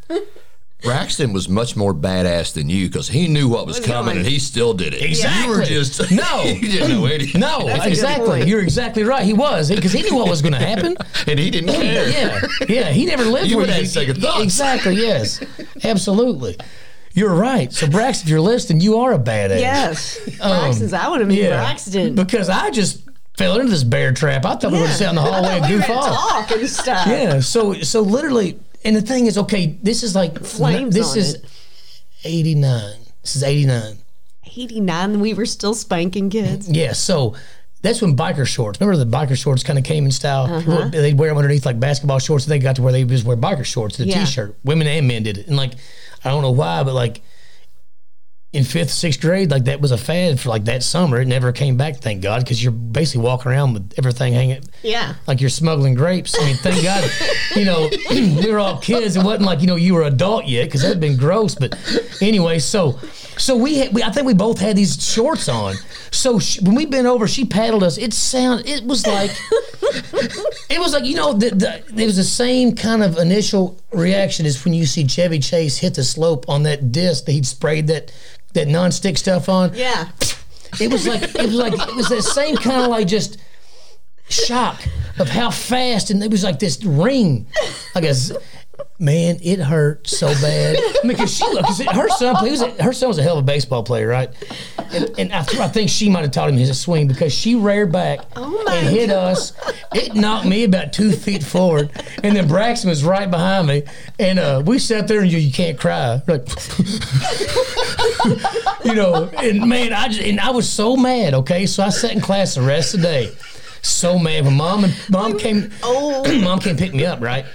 Speaker 1: Braxton was much more badass than you because he knew what was,
Speaker 3: Was
Speaker 1: coming
Speaker 3: going-
Speaker 1: and he still did it.
Speaker 2: Exactly.
Speaker 1: You were just
Speaker 2: No.
Speaker 1: you didn't know anything.
Speaker 2: No, exactly.
Speaker 3: point.
Speaker 2: You're exactly right. He was because he knew what was going to happen.
Speaker 1: and he didn't care.
Speaker 2: Yeah, yeah. He never lived.
Speaker 1: You
Speaker 2: where
Speaker 1: would've
Speaker 2: they-
Speaker 1: had second thoughts.
Speaker 2: Exactly. Yes. Absolutely. You're right. So Braxton, if you're listening, you are a badass.
Speaker 3: Yes.
Speaker 2: Um,
Speaker 3: Braxton's. I would have been Braxton.
Speaker 2: Because I just fell into this bear trap. I thought we were going to sit in the hallway and
Speaker 3: We were
Speaker 2: goof off.
Speaker 3: talk and stuff.
Speaker 2: Yeah. So so literally, and the thing is, okay, this is like
Speaker 3: Flames
Speaker 2: This
Speaker 3: on
Speaker 2: is
Speaker 3: it.
Speaker 2: 89. This is 89.
Speaker 3: 89, we were still spanking kids.
Speaker 2: Yeah, so that's when biker shorts. Remember the biker shorts kind of came in style. Well, They'd wear them underneath like basketball shorts. And they got to where they just wear biker shorts, the
Speaker 3: Yeah.
Speaker 2: t-shirt. Women and men did it, and like I don't know why, but like in fifth, sixth grade, like that was a fad for like that summer. It never came back, thank God, because you're basically walking around with everything hanging
Speaker 3: Yeah.
Speaker 2: like you're smuggling grapes. I mean, thank God, you know, we were all kids. It wasn't like you know you were adult yet because that'd been gross. But anyway, so so we, had, we I think we both had these shorts on. So sh when we bent over, she paddled us. It sound it was like it was like you know the, the, it was the same kind of initial reaction as when you see Chevy Chase hit the slope on that disc that he'd sprayed that that non-stick stuff on.
Speaker 3: Yeah.
Speaker 2: It was like it was like it was that same kind of like just shock of how fast and it was like this ring. Like a z- man, it hurt so bad. I mean, cause she look, 'cause it- her son played. was a- her son was a hell of a baseball player, right? And, and I, th- I think she might have taught him his swing because she reared back
Speaker 3: Oh
Speaker 2: and hit us. It knocked me about two feet forward, and then Braxton was right behind me, and uh, we sat there and you, you can't cry. We're like, you know, and man, I just, and I was so mad. Okay, so I sat in class the rest of the day, so mad. When mom and mom came, mom came pick me up, right?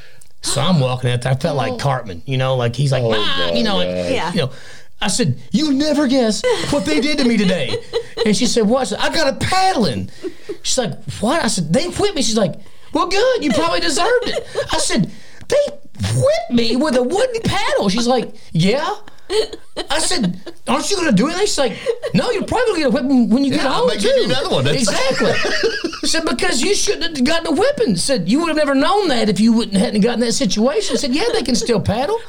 Speaker 2: So I'm walking out there. I felt like Cartman, you know, like he's like, mom, you know, and,
Speaker 3: Yeah.
Speaker 2: you know. I said, "You never guess what they did to me today." and she said, "What?" I said, "I got a paddling." She's like, "What?" I said, "They whipped me." She's like, "Well, good. You probably deserved it." I said, "They whipped me with a wooden paddle." She's like, "Yeah." I said, "Aren't you going to do anything?" She's like, "No, you're probably going to get a whipping when you get
Speaker 1: I'll
Speaker 2: home
Speaker 1: make
Speaker 2: too."
Speaker 1: you another one. That's-
Speaker 2: exactly. I said because you shouldn't have gotten a whipping. I said you would have never known that if you wouldn't hadn't gotten that situation. I said, "Yeah, they can still paddle."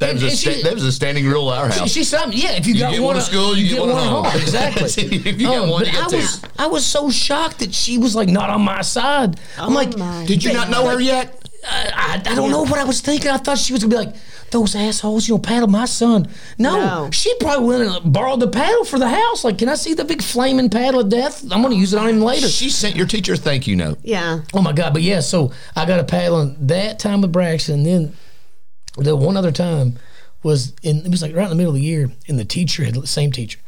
Speaker 1: That was, a
Speaker 2: And
Speaker 1: sta-
Speaker 2: she-
Speaker 1: that was a standing rule at our house.
Speaker 2: She's something. Yeah, if you, got
Speaker 1: get
Speaker 2: one
Speaker 1: one at school, Oh. you get one at home.
Speaker 2: Exactly. Um,
Speaker 1: If you got one,
Speaker 2: but
Speaker 1: you got
Speaker 2: I was, I was so shocked that she was like not on my side. I'm like,
Speaker 3: my
Speaker 1: Did you not know her yet?
Speaker 2: I, I don't know what I was thinking. I thought she was gonna be like those assholes. You know, paddle my son. No,
Speaker 3: No.
Speaker 2: she probably went and borrowed the paddle for the house. Like, can I see the big flaming paddle of death? I'm gonna use it on him later.
Speaker 1: She sent your teacher a thank you note.
Speaker 3: Yeah.
Speaker 2: Oh my god! But yeah, so I got a paddle on that time with Braxton. Then the one other time was in it was like right in the middle of the year, and the teacher had same teacher.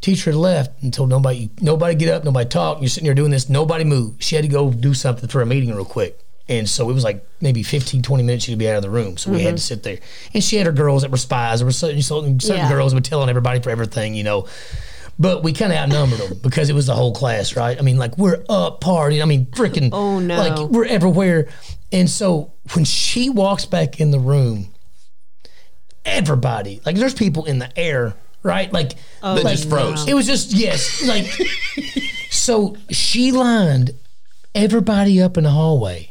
Speaker 2: Teacher had left and told nobody nobody get up, nobody talk. You're sitting here doing this, nobody move. She had to go do something for a meeting real quick. And so it was like maybe 15, 20 minutes she'd be out of the room. So we had to sit there. And she had her girls that were spies. There were certain, certain certain
Speaker 3: Yeah.
Speaker 2: girls were telling everybody for everything, you know. But we kind of outnumbered them because it was the whole class, right? I mean, like we're up partying. I mean, freaking.
Speaker 3: Oh, no.
Speaker 2: Like we're everywhere. And so when she walks back in the room, everybody, like there's people in the air, right? Like,
Speaker 3: Oh,
Speaker 1: They
Speaker 2: like
Speaker 1: just froze.
Speaker 2: it was just yes, like so she lined everybody up in the hallway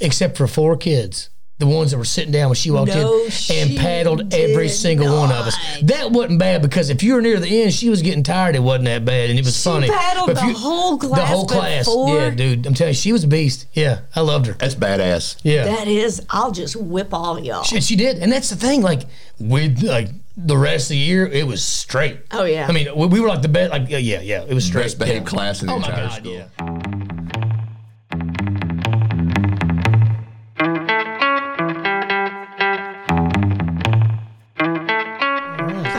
Speaker 2: except for four kids. The ones that were sitting down when she walked
Speaker 3: No,
Speaker 2: in and
Speaker 3: she
Speaker 2: paddled every
Speaker 3: did
Speaker 2: single one of us. That wasn't bad because if you were near the end, she was getting tired. It wasn't that bad, and it was funny.
Speaker 3: paddled
Speaker 2: But if
Speaker 3: the whole
Speaker 2: the
Speaker 3: class
Speaker 2: whole class,
Speaker 3: before?
Speaker 2: yeah, dude. I'm telling you, she was a beast. Yeah, I loved her.
Speaker 1: That's badass.
Speaker 2: Yeah,
Speaker 3: That is, I'll just whip all y'all.
Speaker 2: and she did, and that's the thing. Like we, like the rest of the year, it was straight.
Speaker 3: Oh, yeah.
Speaker 2: I mean, we, we were like the best. Like yeah, yeah, yeah, it was straight.
Speaker 1: Best behaved
Speaker 2: yeah.
Speaker 1: class in the
Speaker 2: Oh my
Speaker 1: entire
Speaker 2: god,
Speaker 1: school.
Speaker 2: yeah.
Speaker 3: All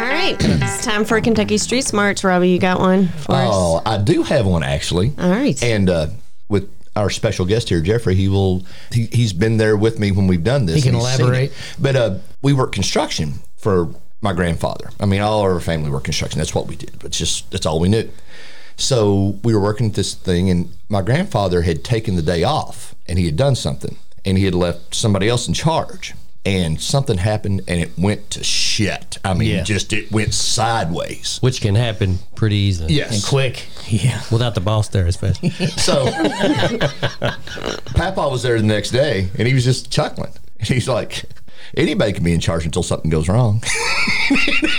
Speaker 3: right. It's time for Kentucky Street Smarts. Robbie, you got one for us?
Speaker 1: Oh, I do have one actually.
Speaker 3: All right.
Speaker 1: And uh, with our special guest here, Jeffrey, he will. He, he's been there with me when we've done this.
Speaker 2: He can
Speaker 1: and he's seen
Speaker 2: elaborate.
Speaker 1: it. But uh, we worked construction for my grandfather. I mean, all our family worked construction. That's what we did. It's just that's all we knew. So we were working at this thing, and my grandfather had taken the day off, and he had done something, and he had left somebody else in charge. And something happened, and it went to shit. I mean,
Speaker 2: Yeah.
Speaker 1: just it went sideways.
Speaker 4: Which can happen pretty easily.
Speaker 1: Yes,
Speaker 2: And quick, yeah.
Speaker 4: Without the boss there, especially.
Speaker 1: So Papa was there the next day and he was just chuckling. He's like, anybody can be in charge until something goes wrong.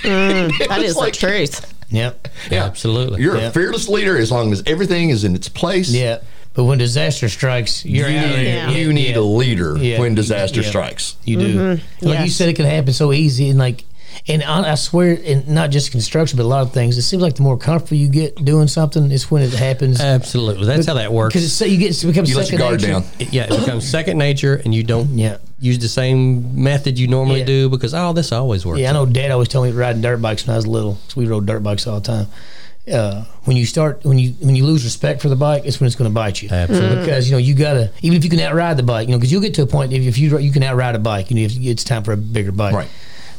Speaker 3: that is
Speaker 1: like-
Speaker 3: the truth.
Speaker 2: Yep.
Speaker 4: yeah, absolutely.
Speaker 1: You're
Speaker 2: Yeah.
Speaker 1: a fearless leader as long as everything is in its place.
Speaker 2: Yeah. But when disaster strikes, you're
Speaker 1: You
Speaker 2: out of
Speaker 1: need,
Speaker 2: there.
Speaker 3: Yeah.
Speaker 1: you need a leader
Speaker 2: Yeah.
Speaker 1: when disaster
Speaker 2: Yeah.
Speaker 1: strikes.
Speaker 2: You do. Like you
Speaker 3: Yes.
Speaker 2: said, it can happen so easy, and like, and I, I swear, and not just construction, but a lot of things. It seems like the more comfortable you get doing something, it's when it happens
Speaker 4: Absolutely. That's how that works.
Speaker 2: because it's so you get it becomes
Speaker 1: You let your
Speaker 2: second
Speaker 1: guard
Speaker 2: nature.
Speaker 1: down.
Speaker 4: It- yeah, it becomes second nature, and you don't
Speaker 2: Yeah.
Speaker 4: use the same method you normally
Speaker 2: Yeah.
Speaker 4: do because oh, this always works.
Speaker 2: Yeah, I know. Dad always told me riding dirt bikes when I was little. 'cause we rode dirt bikes all the time. Uh, when you start, when you when you lose respect for the bike, it's when it's going to bite you.
Speaker 4: Absolutely.
Speaker 3: Mm-hmm.
Speaker 2: Because you know you gotta, even if you can outride the bike, you know, because you'll get to a point if, if you you can outride a bike, you know, if it's time for a bigger bike.
Speaker 1: Right.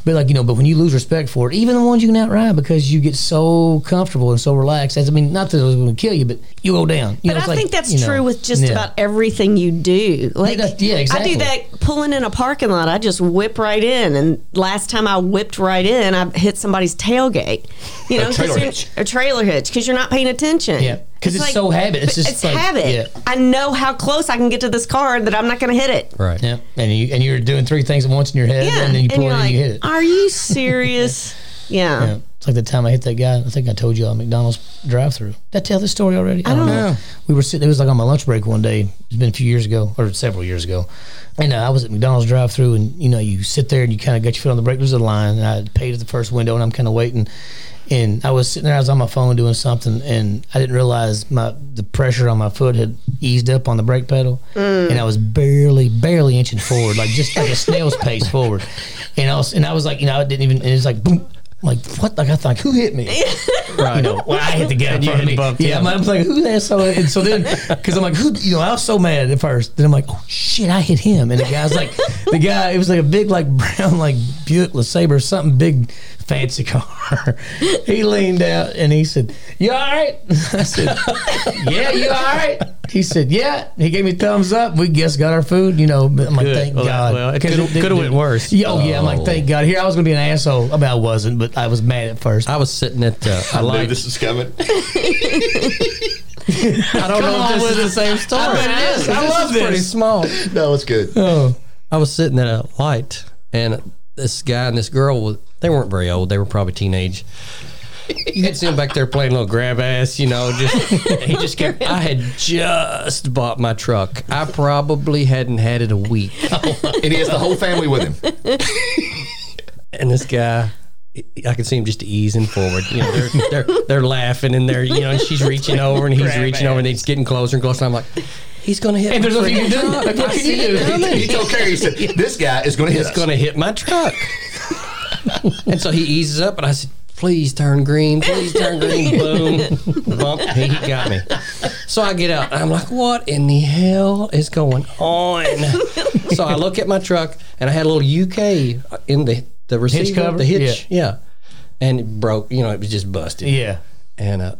Speaker 2: But like you know, but when you lose respect for it, even the ones you can outride, because you get so comfortable and so relaxed. As I mean, not that it's going to kill you, but you go down. You know,
Speaker 3: But I
Speaker 2: it's like,
Speaker 3: think that's
Speaker 2: you know,
Speaker 3: true with just
Speaker 2: yeah.
Speaker 3: about everything you do. Like,
Speaker 2: that- yeah,
Speaker 3: I
Speaker 2: exactly.
Speaker 3: do that pulling in a parking lot. I just whip right in, and last time I whipped right in, I hit somebody's tailgate. You know, 'cause
Speaker 1: trailer
Speaker 3: you're-
Speaker 1: hitch.
Speaker 3: a trailer hitch because you're not paying attention.
Speaker 2: Yeah, 'cause it's so habit. It's
Speaker 3: but
Speaker 2: just
Speaker 3: it's
Speaker 2: like-
Speaker 3: habit.
Speaker 2: yeah.
Speaker 3: I know how close I can get to this car that I'm not going to hit it.
Speaker 4: Right.
Speaker 2: Yeah, and you and you're doing three things at once in your head,
Speaker 3: Yeah,
Speaker 2: and then you pull
Speaker 3: you're
Speaker 2: in
Speaker 3: like,
Speaker 2: and you hit it.
Speaker 3: Are you serious? Yeah.
Speaker 2: Yeah. It's like the time I hit that guy. I think I told you on McDonald's drive-through. Did I tell this story already? I don't, know. We were sitting. It was like on my lunch break one day. It's been a few years ago, or several years ago. And uh, I was at McDonald's drive-through, and you know, you sit there and you kind of got your foot on the brake. There's a line, and I paid at the first window, and I'm kind of waiting. And I was sitting there. I was on my phone doing something, and I didn't realize my the pressure on my foot had eased up on the brake pedal, and I was barely, barely inching forward, like just like a snail's pace forward. And I was, and I was like, you know, I didn't even. And it's like boom. I'm like what? Like I thought, who hit me?
Speaker 4: Right.
Speaker 2: you know, well, I hit the guy in
Speaker 4: you
Speaker 2: front of
Speaker 4: hit
Speaker 2: me.
Speaker 4: above
Speaker 2: yeah,
Speaker 4: him.
Speaker 2: I'm, I'm like, who the asshole? And so then, because I'm like, who? You know, I was so mad at first. Then I'm like, oh shit, I hit him. And the guy's like, the guy, it was like a big, like brown, like Buick LeSabre, something big, fancy car. he leaned out and he said, "You all right?" I said, "Yeah, you all right?" He said, "Yeah." He gave me thumbs up. We just got our food. You know, I'm like,
Speaker 4: Good.
Speaker 2: thank
Speaker 4: Well,
Speaker 2: God.
Speaker 4: well, it
Speaker 2: 'Cause
Speaker 4: could've-
Speaker 2: didn't
Speaker 4: could've
Speaker 2: do-
Speaker 4: went worse.
Speaker 2: Yeah, oh yeah. I'm like, thank God. Here I was gonna be an asshole. I mean, I wasn't, but I was mad at first.
Speaker 4: I was sitting at uh, I
Speaker 1: I knew
Speaker 4: like
Speaker 1: this is coming.
Speaker 4: I don't know if this is the same story. I
Speaker 2: bet it is. I love
Speaker 4: is Pretty
Speaker 2: this.
Speaker 4: small.
Speaker 1: no, it's good.
Speaker 2: Oh.
Speaker 4: I was sitting at a light, and this guy and this girl was, they weren't very old. They were probably teenage. You could see him back there playing a little grab ass, you know. Just he just kept. I had just bought my truck. I probably hadn't had it a week,
Speaker 1: and he has the whole family with him.
Speaker 4: and this guy. I could see him just easing forward. You know, they're they're, they're laughing and they're you know, and she's reaching over and he's reaching over and he's getting closer and closer. And I'm like, he's gonna hit.
Speaker 2: And there's
Speaker 4: my
Speaker 2: nothing you
Speaker 4: freaking
Speaker 2: can do.
Speaker 4: truck.
Speaker 2: Like, what
Speaker 4: I
Speaker 2: can
Speaker 4: see
Speaker 2: you
Speaker 4: it
Speaker 2: do?
Speaker 4: coming.
Speaker 1: He told Carrie, he said, "This guy is going to hit us."
Speaker 4: it's gonna hit my truck. and so he eases up, and I said, "Please turn green, please turn green." Boom, bump. He got me. So I get out, and I'm like, "What in the hell is going on?" so I look at my truck, and I had a little UK in the the receiver,
Speaker 2: cover?
Speaker 4: the hitch, yeah. and it broke. You know, it was just busted
Speaker 2: Yeah.
Speaker 4: and uh,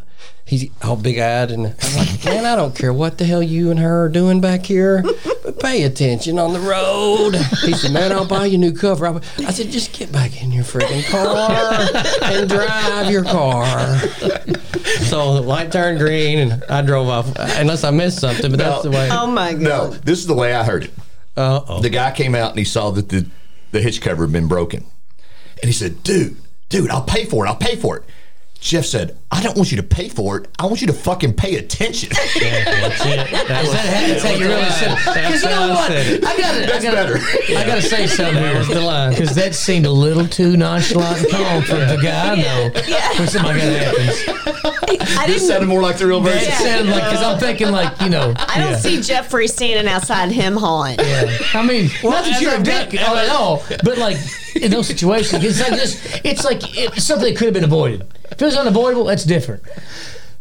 Speaker 4: he's all big eyed, and I'm like, man, I don't care what the hell you and her are doing back here, but pay attention on the road. He said, man, I'll buy you a new cover. I'll buy-" I said, just get back in your freaking car and drive your car. So the light turned green, and I drove off. Unless I missed something, but that's the way.
Speaker 3: Oh my God.
Speaker 1: No, this is the way I heard it.
Speaker 4: Uh oh.
Speaker 1: The guy came out and he saw that the, the hitch cover had been broken. And he said, Dude, dude, I'll pay for it. I'll pay for it. Jeff said, I don't want you to pay for it. I want you to fucking pay attention.
Speaker 2: That's how you really said it. Because you know what? I gotta, I
Speaker 1: That's
Speaker 2: gotta,
Speaker 1: better.
Speaker 2: I gotta say something
Speaker 4: That was the
Speaker 2: here.
Speaker 4: line.
Speaker 2: Because that seemed a little too nonchalant and calm for the guy I know. When something like that happens.
Speaker 3: I
Speaker 1: This
Speaker 3: didn't.
Speaker 1: sounded more like the real
Speaker 2: It
Speaker 1: version.
Speaker 2: sounded like, because I'm thinking like, you know.
Speaker 3: I don't see Jeffrey standing outside him hauling.
Speaker 2: Yeah. I mean, not
Speaker 4: as
Speaker 2: that you're
Speaker 4: a
Speaker 2: a dick
Speaker 4: guy-
Speaker 2: at all, but like in those situations, it's like this. It's like it, something that could have been avoided. If it was unavoidable, that's different.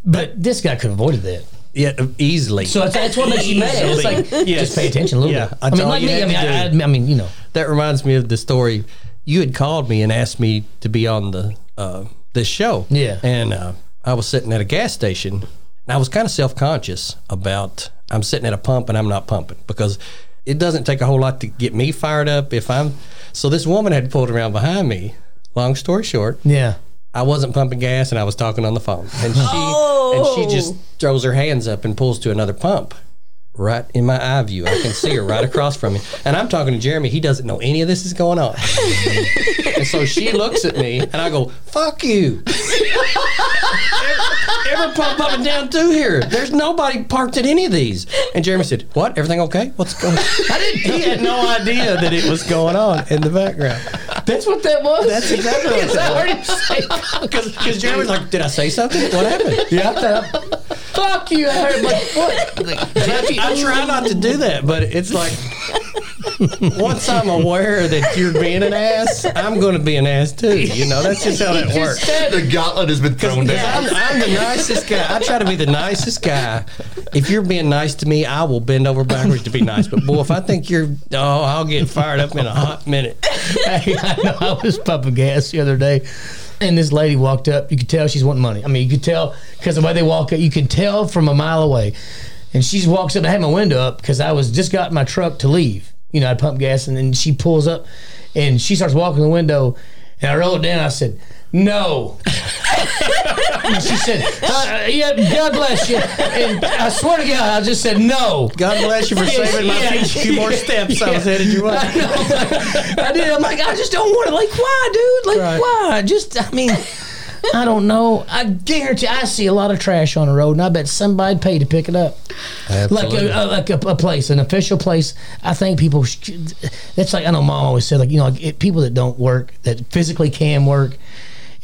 Speaker 2: But this guy could have avoided that.
Speaker 4: Yeah, easily.
Speaker 2: So that's, that's what makes you mad. It's like
Speaker 4: Yes.
Speaker 2: just pay attention a little
Speaker 4: Yeah,
Speaker 2: bit. I
Speaker 4: that's
Speaker 2: mean,
Speaker 4: all
Speaker 2: like
Speaker 4: you
Speaker 2: me. I
Speaker 4: had
Speaker 2: mean,
Speaker 4: to
Speaker 2: I,
Speaker 4: do.
Speaker 2: I, I mean, you know.
Speaker 4: that reminds me of the story. You had called me and asked me to be on the uh, this show.
Speaker 2: Yeah.
Speaker 4: and uh, I was sitting at a gas station, and I was kind of self conscious about I'm sitting at a pump and I'm not pumping because it doesn't take a whole lot to get me fired up if I'm. So this woman had pulled around behind me. Long story short,
Speaker 2: Yeah.
Speaker 4: I wasn't pumping gas and I was talking on the phone. And she and she just throws her hands up and pulls to another pump right in my eye view. I can see her right across from me. And I'm talking to Jeremy. He doesn't know any of this is going on. and so she looks at me and I go, fuck you. Ever ever pump up and down through here. There's nobody parked at any of these. And Jeremy said, What? Everything okay? What's going on? I didn't, he had no idea that it was going on in the background.
Speaker 2: That's what that was. That's
Speaker 4: exactly what
Speaker 2: was.
Speaker 4: that Because Jeremy's like, Did I say something? What happened?
Speaker 2: yeah. Fuck you! I heard like what?
Speaker 4: I try not to do that, but it's like once I'm aware that you're being an ass, I'm going to be an ass too. You know, that's just how that works.
Speaker 1: The gauntlet has been thrown down.
Speaker 4: I'm, I'm the nicest guy. I try to be the nicest guy. If you're being nice to me, I will bend over backwards to be nice. But boy, if I think you're, oh, I'll get fired up in a hot minute.
Speaker 2: hey, I know I was pumping gas the other day, and this lady walked up. You could tell she's wanting money. I mean, you could tell because the way they walk up, you can tell from a mile away. And she walks up. and I had my window up because I was just got in my truck to leave. You know, I pumped gas, and then she pulls up, and she starts walking the window. And I rolled it down. I said, no. and she said, uh, uh, yeah, God bless you. And I swear to God, I just said, no.
Speaker 4: God bless you for saving my
Speaker 2: Yeah.
Speaker 4: feet a few more steps. I was headed your
Speaker 2: I,
Speaker 4: way.
Speaker 2: know, I'm like, I did. I'm like, I just don't want it. Like, why, dude? Like,
Speaker 4: Right.
Speaker 2: why? Just, I mean, I don't know. I guarantee I see a lot of trash on the road, and I bet somebody paid to pick it up. Like
Speaker 4: Absolutely.
Speaker 2: a, a, like a, a place, an official place. I think people. Should, that's like I know mom always said, like you know, like it, people that don't work that physically can work.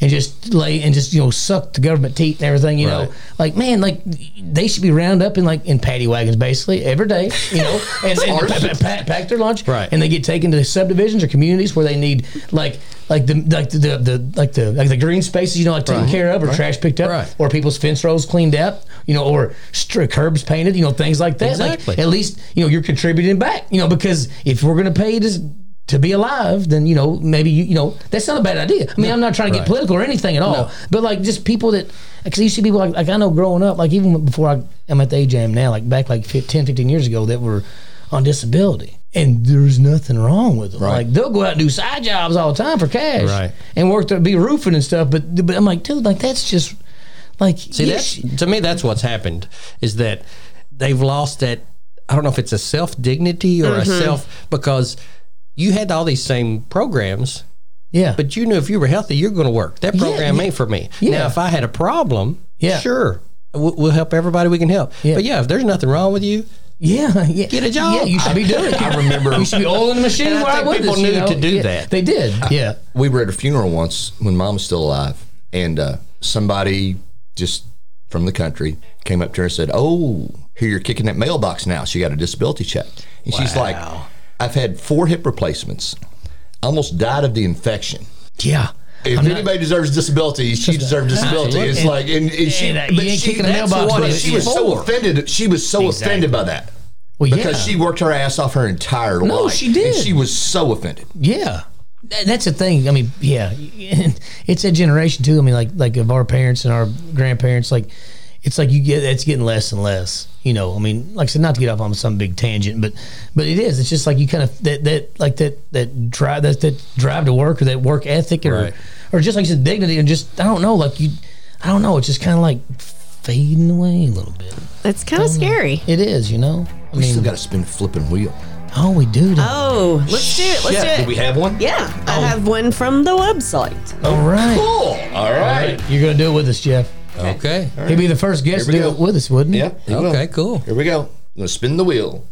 Speaker 2: And just lay and just you know suck the government teeth and everything you
Speaker 4: Right.
Speaker 2: know like man like they should be round up in like in paddy wagons basically every day you know and, and pa- pa- pack, pack their lunch
Speaker 4: Right.
Speaker 2: and they get taken to subdivisions or communities where they need like like the like the, the, the like the like the green spaces you know like taken
Speaker 4: Right.
Speaker 2: care of or trash picked up
Speaker 4: Right.
Speaker 2: or people's fence rows cleaned up you know or str- curbs painted you know things like that Like,
Speaker 4: Exactly.
Speaker 2: at least you know you're contributing back you know because if we're gonna pay to to be alive, then you know maybe you, you know that's not a bad idea. I mean, I'm not trying to
Speaker 4: Right.
Speaker 2: get political or anything at all, but like just people that because you see people like, like I know growing up, like even before I am at the age I am now, like back like 10, 15 years ago, that were on disability, and there's nothing wrong with them.
Speaker 4: Right.
Speaker 2: Like they'll go out and do side jobs all the time for cash,
Speaker 4: Right.
Speaker 2: And work to be roofing and stuff. But but I'm like, dude, like that's just like
Speaker 4: See, that's, to me, that's what's happened is that they've lost that. I don't know if it's a self dignity or a self because you had all these same programs,
Speaker 2: yeah,
Speaker 4: but you knew if you were healthy, you're going to work. That program ain't for me. Now,
Speaker 2: Yeah.
Speaker 4: if I had a problem,
Speaker 2: Yeah.
Speaker 4: sure, we'll, we'll help everybody we can help.
Speaker 2: Yeah.
Speaker 4: But yeah, if there's nothing wrong with you,
Speaker 2: yeah, yeah. Get
Speaker 4: a job.
Speaker 2: Yeah, you should be doing. it.
Speaker 1: I remember
Speaker 2: You should be oiling the machine.
Speaker 4: And I
Speaker 2: where
Speaker 4: think
Speaker 2: was
Speaker 4: people
Speaker 2: you
Speaker 4: knew
Speaker 2: know?
Speaker 4: to do
Speaker 2: Yeah,
Speaker 4: that.
Speaker 2: They did. yeah.
Speaker 1: we were at a funeral once when mom was still alive, and uh, somebody just from the country came up to her and said, "Oh, here you're kicking that mailbox now. So you got a disability check." And she's like, "I've had four hip replacements. I almost died of the infection."
Speaker 2: Yeah.
Speaker 1: If anybody deserves disability, she deserves disability. It's like, and, and she,
Speaker 2: and, uh, you
Speaker 1: but
Speaker 2: ain't
Speaker 1: she,
Speaker 2: kicking the
Speaker 1: that's
Speaker 2: mailbox
Speaker 1: what-
Speaker 2: with it.
Speaker 1: she was so
Speaker 4: Four.
Speaker 1: offended. She was so offended by that
Speaker 2: Well,
Speaker 1: because
Speaker 2: yeah.
Speaker 1: she worked her ass off her entire life.
Speaker 2: No, she did.
Speaker 1: And she was so offended.
Speaker 2: Yeah. Th- That's the thing. I mean, yeah, it's that generation too. I mean, like like of our parents and our grandparents, like it's like you get it's getting less and less. You know, I mean, like I said, not to get off on some big tangent, but but it is. It's just like you kind of that that like that that drive that that drive to work or that work ethic or
Speaker 4: Right.
Speaker 2: or just like you said, dignity and just I don't know, like you, I don't know. It's just kind of like fading away a little bit.
Speaker 3: It's kind of scary.
Speaker 2: It is, you know. I
Speaker 1: We still
Speaker 2: mean,
Speaker 1: got to spin a flipping wheel.
Speaker 2: oh, we do. don't we?
Speaker 3: Oh, let's do it. Let's
Speaker 1: yeah,
Speaker 3: do it.
Speaker 1: do we have one?
Speaker 3: yeah,
Speaker 1: Oh.
Speaker 3: I have one from the website.
Speaker 2: All right.
Speaker 1: Cool. All right.
Speaker 2: You're gonna do it with us, Jeff.
Speaker 4: okay,
Speaker 2: He'd be the first guest to
Speaker 1: Here we
Speaker 2: do
Speaker 1: go.
Speaker 2: it with us, wouldn't he?
Speaker 1: Yep. here we go.
Speaker 4: okay, cool.
Speaker 1: Here we go. I'm gonna spin the wheel.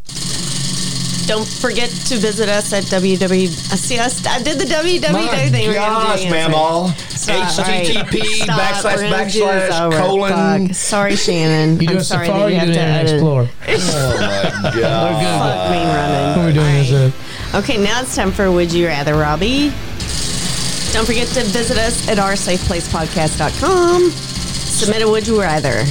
Speaker 3: Don't forget to visit us at www. See us. I did the www
Speaker 1: My
Speaker 3: thing. We're gonna do
Speaker 1: gosh,
Speaker 3: the
Speaker 1: ma'am,
Speaker 3: answer.
Speaker 1: all.
Speaker 3: Stop.
Speaker 1: HTTP
Speaker 3: Stop.
Speaker 1: backslash
Speaker 3: We're gonna do
Speaker 1: backslash
Speaker 3: this over.
Speaker 1: colon.
Speaker 3: Fuck. Sorry, Shannon.
Speaker 2: You do
Speaker 3: I'm
Speaker 2: a
Speaker 3: sorry
Speaker 2: safari, you
Speaker 3: that
Speaker 2: do
Speaker 3: you
Speaker 2: an
Speaker 3: have to explore.
Speaker 2: explore.
Speaker 1: Oh my
Speaker 2: good.
Speaker 1: god.
Speaker 3: Fuck me running.
Speaker 2: What are we doing is a
Speaker 3: Okay, now it's time for Would You Rather, Robbie. Don't forget to visit us at oursafeplacepodcast.com. Submit a Would You Rather.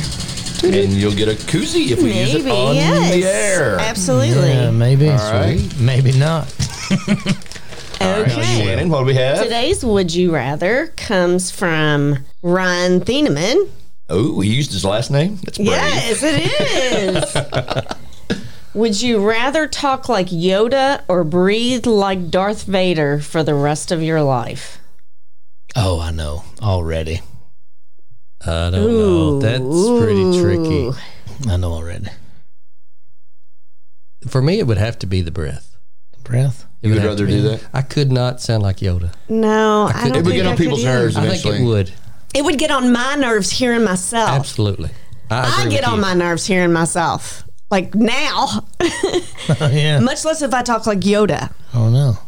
Speaker 1: And you'll get a koozie if we use
Speaker 3: Maybe,
Speaker 1: it on
Speaker 3: yes.
Speaker 1: the air.
Speaker 3: Absolutely.
Speaker 2: yeah, maybe
Speaker 1: All
Speaker 2: sweet,
Speaker 1: right.
Speaker 2: maybe not.
Speaker 3: Okay.
Speaker 1: Shannon, what do we have?
Speaker 3: Today's Would You Rather comes from Ryan Thieneman.
Speaker 1: Oh, he used his last name. That's brave.
Speaker 3: Yes, it is. Would you rather talk like Yoda or breathe like Darth Vader for the rest of your life?
Speaker 2: Oh, I know already.
Speaker 4: I don't know. That's pretty tricky.
Speaker 2: I know already.
Speaker 4: For me, it would have to be the breath.
Speaker 2: Breath.
Speaker 4: It
Speaker 1: You would
Speaker 4: have
Speaker 1: rather
Speaker 4: to
Speaker 1: do
Speaker 4: be-
Speaker 1: that?
Speaker 4: I could not sound like Yoda.
Speaker 3: No, I,
Speaker 4: could-
Speaker 3: don't
Speaker 4: It
Speaker 1: It would
Speaker 3: think
Speaker 1: get
Speaker 3: I
Speaker 1: on
Speaker 3: could
Speaker 1: people's
Speaker 3: either.
Speaker 1: nerves
Speaker 4: I think
Speaker 1: eventually.
Speaker 4: it would.
Speaker 3: It would get on my nerves hearing myself.
Speaker 4: Absolutely. I,
Speaker 3: Oh. I
Speaker 4: agree
Speaker 3: get
Speaker 4: with
Speaker 3: on
Speaker 4: you.
Speaker 3: my nerves hearing myself. Like now,
Speaker 2: Oh, yeah.
Speaker 3: much less if I talk like Yoda.
Speaker 2: Oh no.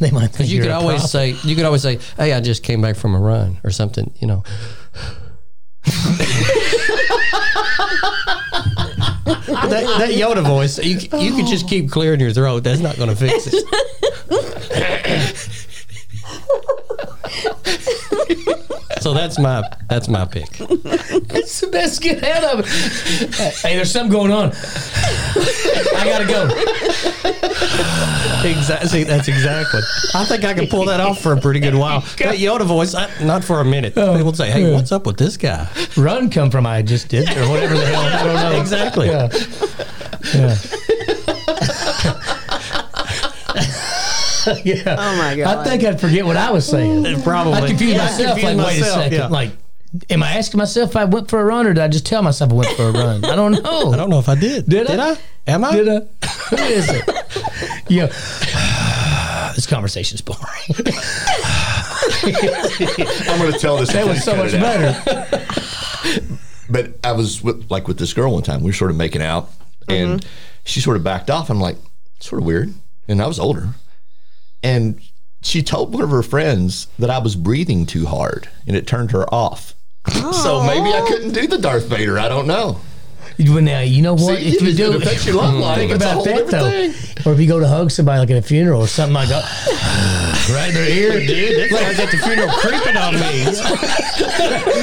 Speaker 2: They might think
Speaker 4: You
Speaker 2: you're
Speaker 4: could
Speaker 2: a
Speaker 4: always
Speaker 2: cop.
Speaker 4: say, you could always say, "Hey, I just came back from a run or something," you know. that, that Yoda voice, you, you could just keep clearing your throat. That's not going to fix it. so that's my that's my pick.
Speaker 2: it's the best get out of it. hey, there's something going on. I gotta go.
Speaker 4: Exactly. That's exactly. I think I can pull that off for a pretty good while. That Yoda voice, I, not for a minute. People say, "Hey, what's up with this guy?"
Speaker 2: Run come from I just did or whatever the hell. I don't know.
Speaker 4: Exactly.
Speaker 2: Yeah. Yeah. yeah.
Speaker 3: Oh, my
Speaker 2: I
Speaker 3: God.
Speaker 2: think I'd forget what I was saying.
Speaker 5: Probably.
Speaker 2: I confuse
Speaker 5: Yeah, I
Speaker 2: myself.
Speaker 5: confuse
Speaker 2: like,
Speaker 5: myself,
Speaker 2: wait a second.
Speaker 5: yeah.
Speaker 2: Like, am I asking myself if I went for a run or did I just tell myself I went for a run? I don't know.
Speaker 5: I don't know if I did.
Speaker 2: Did I?
Speaker 5: Am I?
Speaker 2: Did I? Who is it? Yeah. this conversation's boring.
Speaker 1: I'm going to tell this.
Speaker 2: That was so much better.
Speaker 1: But I was with, like with this girl one time. We were sort of making out, and
Speaker 3: Mm-hmm.
Speaker 1: she sort of backed off. I'm like, sort of weird. And I was older, and she told one of her friends that I was breathing too hard, and it turned her off. so maybe I couldn't do the Darth Vader. I don't know.
Speaker 2: Well, now you know what?
Speaker 1: See,
Speaker 2: if you do,
Speaker 1: it affects your love life.
Speaker 2: think
Speaker 1: It's a
Speaker 2: about
Speaker 1: whole
Speaker 2: that
Speaker 1: different
Speaker 2: though.
Speaker 1: thing.
Speaker 2: Or if you go to hug somebody like at a funeral or something like that.
Speaker 5: Right in their ear, dude. That guy's at the funeral creeping on me.
Speaker 2: you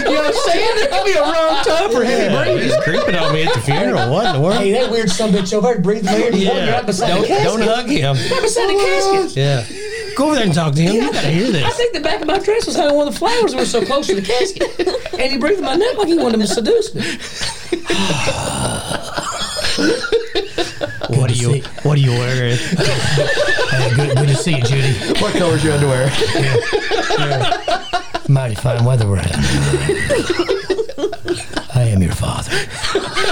Speaker 2: know what I'm saying? That could be a wrong time for him.
Speaker 5: He's creeping on me at the funeral. What in the world?
Speaker 2: Hey, that weird son bitch over there breathing weird. Yeah. Right beside
Speaker 5: Don't,
Speaker 2: the casket.
Speaker 5: don't hug him.
Speaker 2: Right beside the casket.
Speaker 5: Yeah. Go over there and talk to him. You gotta hear
Speaker 2: I
Speaker 5: this.
Speaker 2: think the back of my dress was hanging one of the flowers that were so close to the casket. And he breathed in my neck like he wanted to seduce me.
Speaker 5: What are you what are you wearing?
Speaker 2: good, good to see you, Judy.
Speaker 1: What color's your underwear?
Speaker 2: Mighty fine weather we're having. I am your father.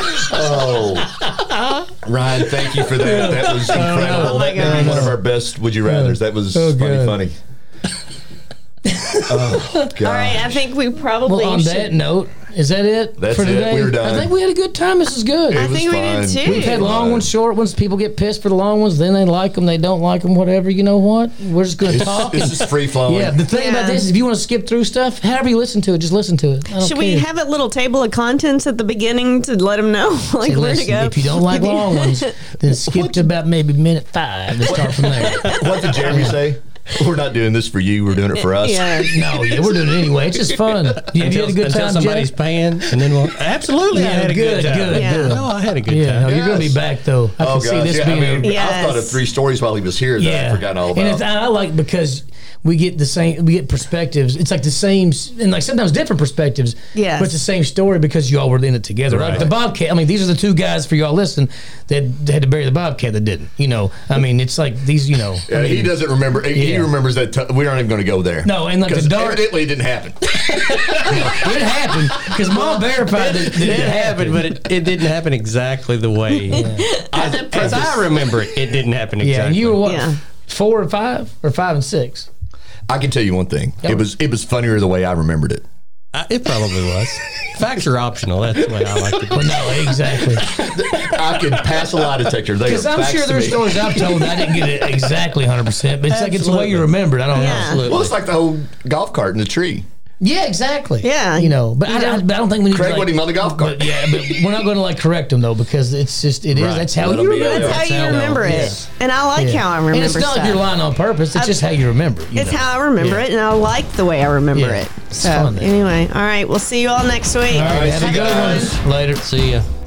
Speaker 1: Oh, Ryan, thank you for that. That was incredible.
Speaker 3: Oh, my
Speaker 1: that may be
Speaker 3: gosh.
Speaker 1: one of our best would you rather's. That was
Speaker 2: Oh,
Speaker 1: funny,
Speaker 2: good.
Speaker 1: funny. oh God!
Speaker 3: All right, I think we probably
Speaker 2: Well, on
Speaker 3: should.
Speaker 2: that note, is that it
Speaker 1: That's
Speaker 2: for
Speaker 1: it.
Speaker 2: today?
Speaker 1: We're done.
Speaker 2: I think we had a good time. This is good.
Speaker 3: I think we did too.
Speaker 2: We've had
Speaker 3: Fine.
Speaker 2: long ones, short ones. People get pissed for the long ones. Then they like them. They don't like them. Whatever. You know what? We're just going to talk.
Speaker 1: This is free flowing.
Speaker 2: yeah. The thing about
Speaker 3: Yeah.
Speaker 2: this is, if you want to skip through stuff, however you listen to it, just listen to it. I don't
Speaker 3: Should we
Speaker 2: care.
Speaker 3: have a little table of contents at the beginning to let them know like
Speaker 2: Hey,
Speaker 3: where to
Speaker 2: listen,
Speaker 3: go?
Speaker 2: If you don't like long ones, then skip to about maybe minute five and start from there.
Speaker 1: What did Jeremy say? We're not doing this for you. We're doing it for us.
Speaker 3: yeah.
Speaker 2: No, yeah, we're doing it anyway. It's just fun. Yeah, you had a good
Speaker 5: until
Speaker 2: time,
Speaker 5: somebody's
Speaker 2: Jenna?
Speaker 5: paying and then we'll Absolutely I
Speaker 2: Yeah,
Speaker 5: had a good,
Speaker 2: good,
Speaker 5: time.
Speaker 2: good,
Speaker 3: Yeah. good.
Speaker 5: No, I had a good
Speaker 2: Yeah, no,
Speaker 5: time.
Speaker 2: you're gonna be
Speaker 1: Yes.
Speaker 2: back though. I
Speaker 1: Oh
Speaker 2: can see
Speaker 1: God!
Speaker 2: this
Speaker 1: yeah,
Speaker 2: being.
Speaker 1: I, mean, I
Speaker 3: Yes.
Speaker 1: thought of three stories while he was here that
Speaker 2: yeah,
Speaker 1: I forgot all
Speaker 2: and
Speaker 1: about.
Speaker 2: it's, I like because we get the same, we get perspectives. It's like the same, s- and like sometimes different perspectives.
Speaker 3: Yes.
Speaker 2: but it's the same story because y'all were in it together. Like
Speaker 5: Right.
Speaker 2: the Bobcat. I mean, these are the two guys for y'all listening that had to bury the Bobcat that didn't. You know, I mean, it's like these. You know,
Speaker 1: Yeah,
Speaker 2: I mean,
Speaker 1: he doesn't remember. He
Speaker 2: Yeah.
Speaker 1: he remembers that. T- we aren't even going to go there.
Speaker 2: No, and like the
Speaker 1: 'Cause
Speaker 2: dark-
Speaker 1: Evidently, it didn't happen.
Speaker 2: it happened because Mom verified that, that
Speaker 5: It
Speaker 2: it happened.
Speaker 5: happened, but it, it didn't happen exactly the way I, as I remember it. It didn't happen exactly.
Speaker 2: Yeah, and you were what
Speaker 3: Yeah.
Speaker 2: four and five or five and six.
Speaker 1: I can tell you one thing.
Speaker 2: Yeah.
Speaker 1: It was it was funnier the way I remembered it.
Speaker 5: I, Uh, it probably was. Facts are optional. That's the way I like to do
Speaker 2: Well, no, exactly.
Speaker 1: I could pass a lie detector. They
Speaker 2: Because
Speaker 1: are
Speaker 2: I'm
Speaker 1: facts
Speaker 2: sure
Speaker 1: to
Speaker 2: there's
Speaker 1: me.
Speaker 2: stories I've told that I didn't get it exactly 100, percent but it's like it's the way
Speaker 5: Absolutely.
Speaker 2: you remember it. I don't know.
Speaker 3: Yeah.
Speaker 2: Absolutely.
Speaker 1: Well, it's like the whole golf cart in the tree.
Speaker 2: Yeah, exactly.
Speaker 3: Yeah.
Speaker 2: you know, but, I, I, but I don't think we need
Speaker 1: Craig
Speaker 2: to.
Speaker 1: went
Speaker 2: Like,
Speaker 1: him on the golf cart.
Speaker 2: but yeah, but we're not going to like correct them though because it's just it is.
Speaker 5: Right.
Speaker 2: That's how
Speaker 1: Let 'em
Speaker 2: you
Speaker 1: be
Speaker 2: remember.
Speaker 1: out.
Speaker 3: That's how you remember it. And I like how I remember
Speaker 2: And it's not like
Speaker 3: stuff.
Speaker 2: you're lying on purpose. It's just how you remember. you
Speaker 3: It's
Speaker 2: know.
Speaker 3: how I remember
Speaker 2: Yeah.
Speaker 3: it, and I like the way I remember
Speaker 2: Yeah.
Speaker 3: it.
Speaker 2: It's
Speaker 3: So,
Speaker 2: fun, though.
Speaker 3: anyway, all right, we'll see you all next week.
Speaker 2: All right,
Speaker 1: right,
Speaker 2: have a
Speaker 1: see
Speaker 2: good
Speaker 1: you
Speaker 2: one.
Speaker 1: guys.
Speaker 2: Later.
Speaker 5: it. See ya.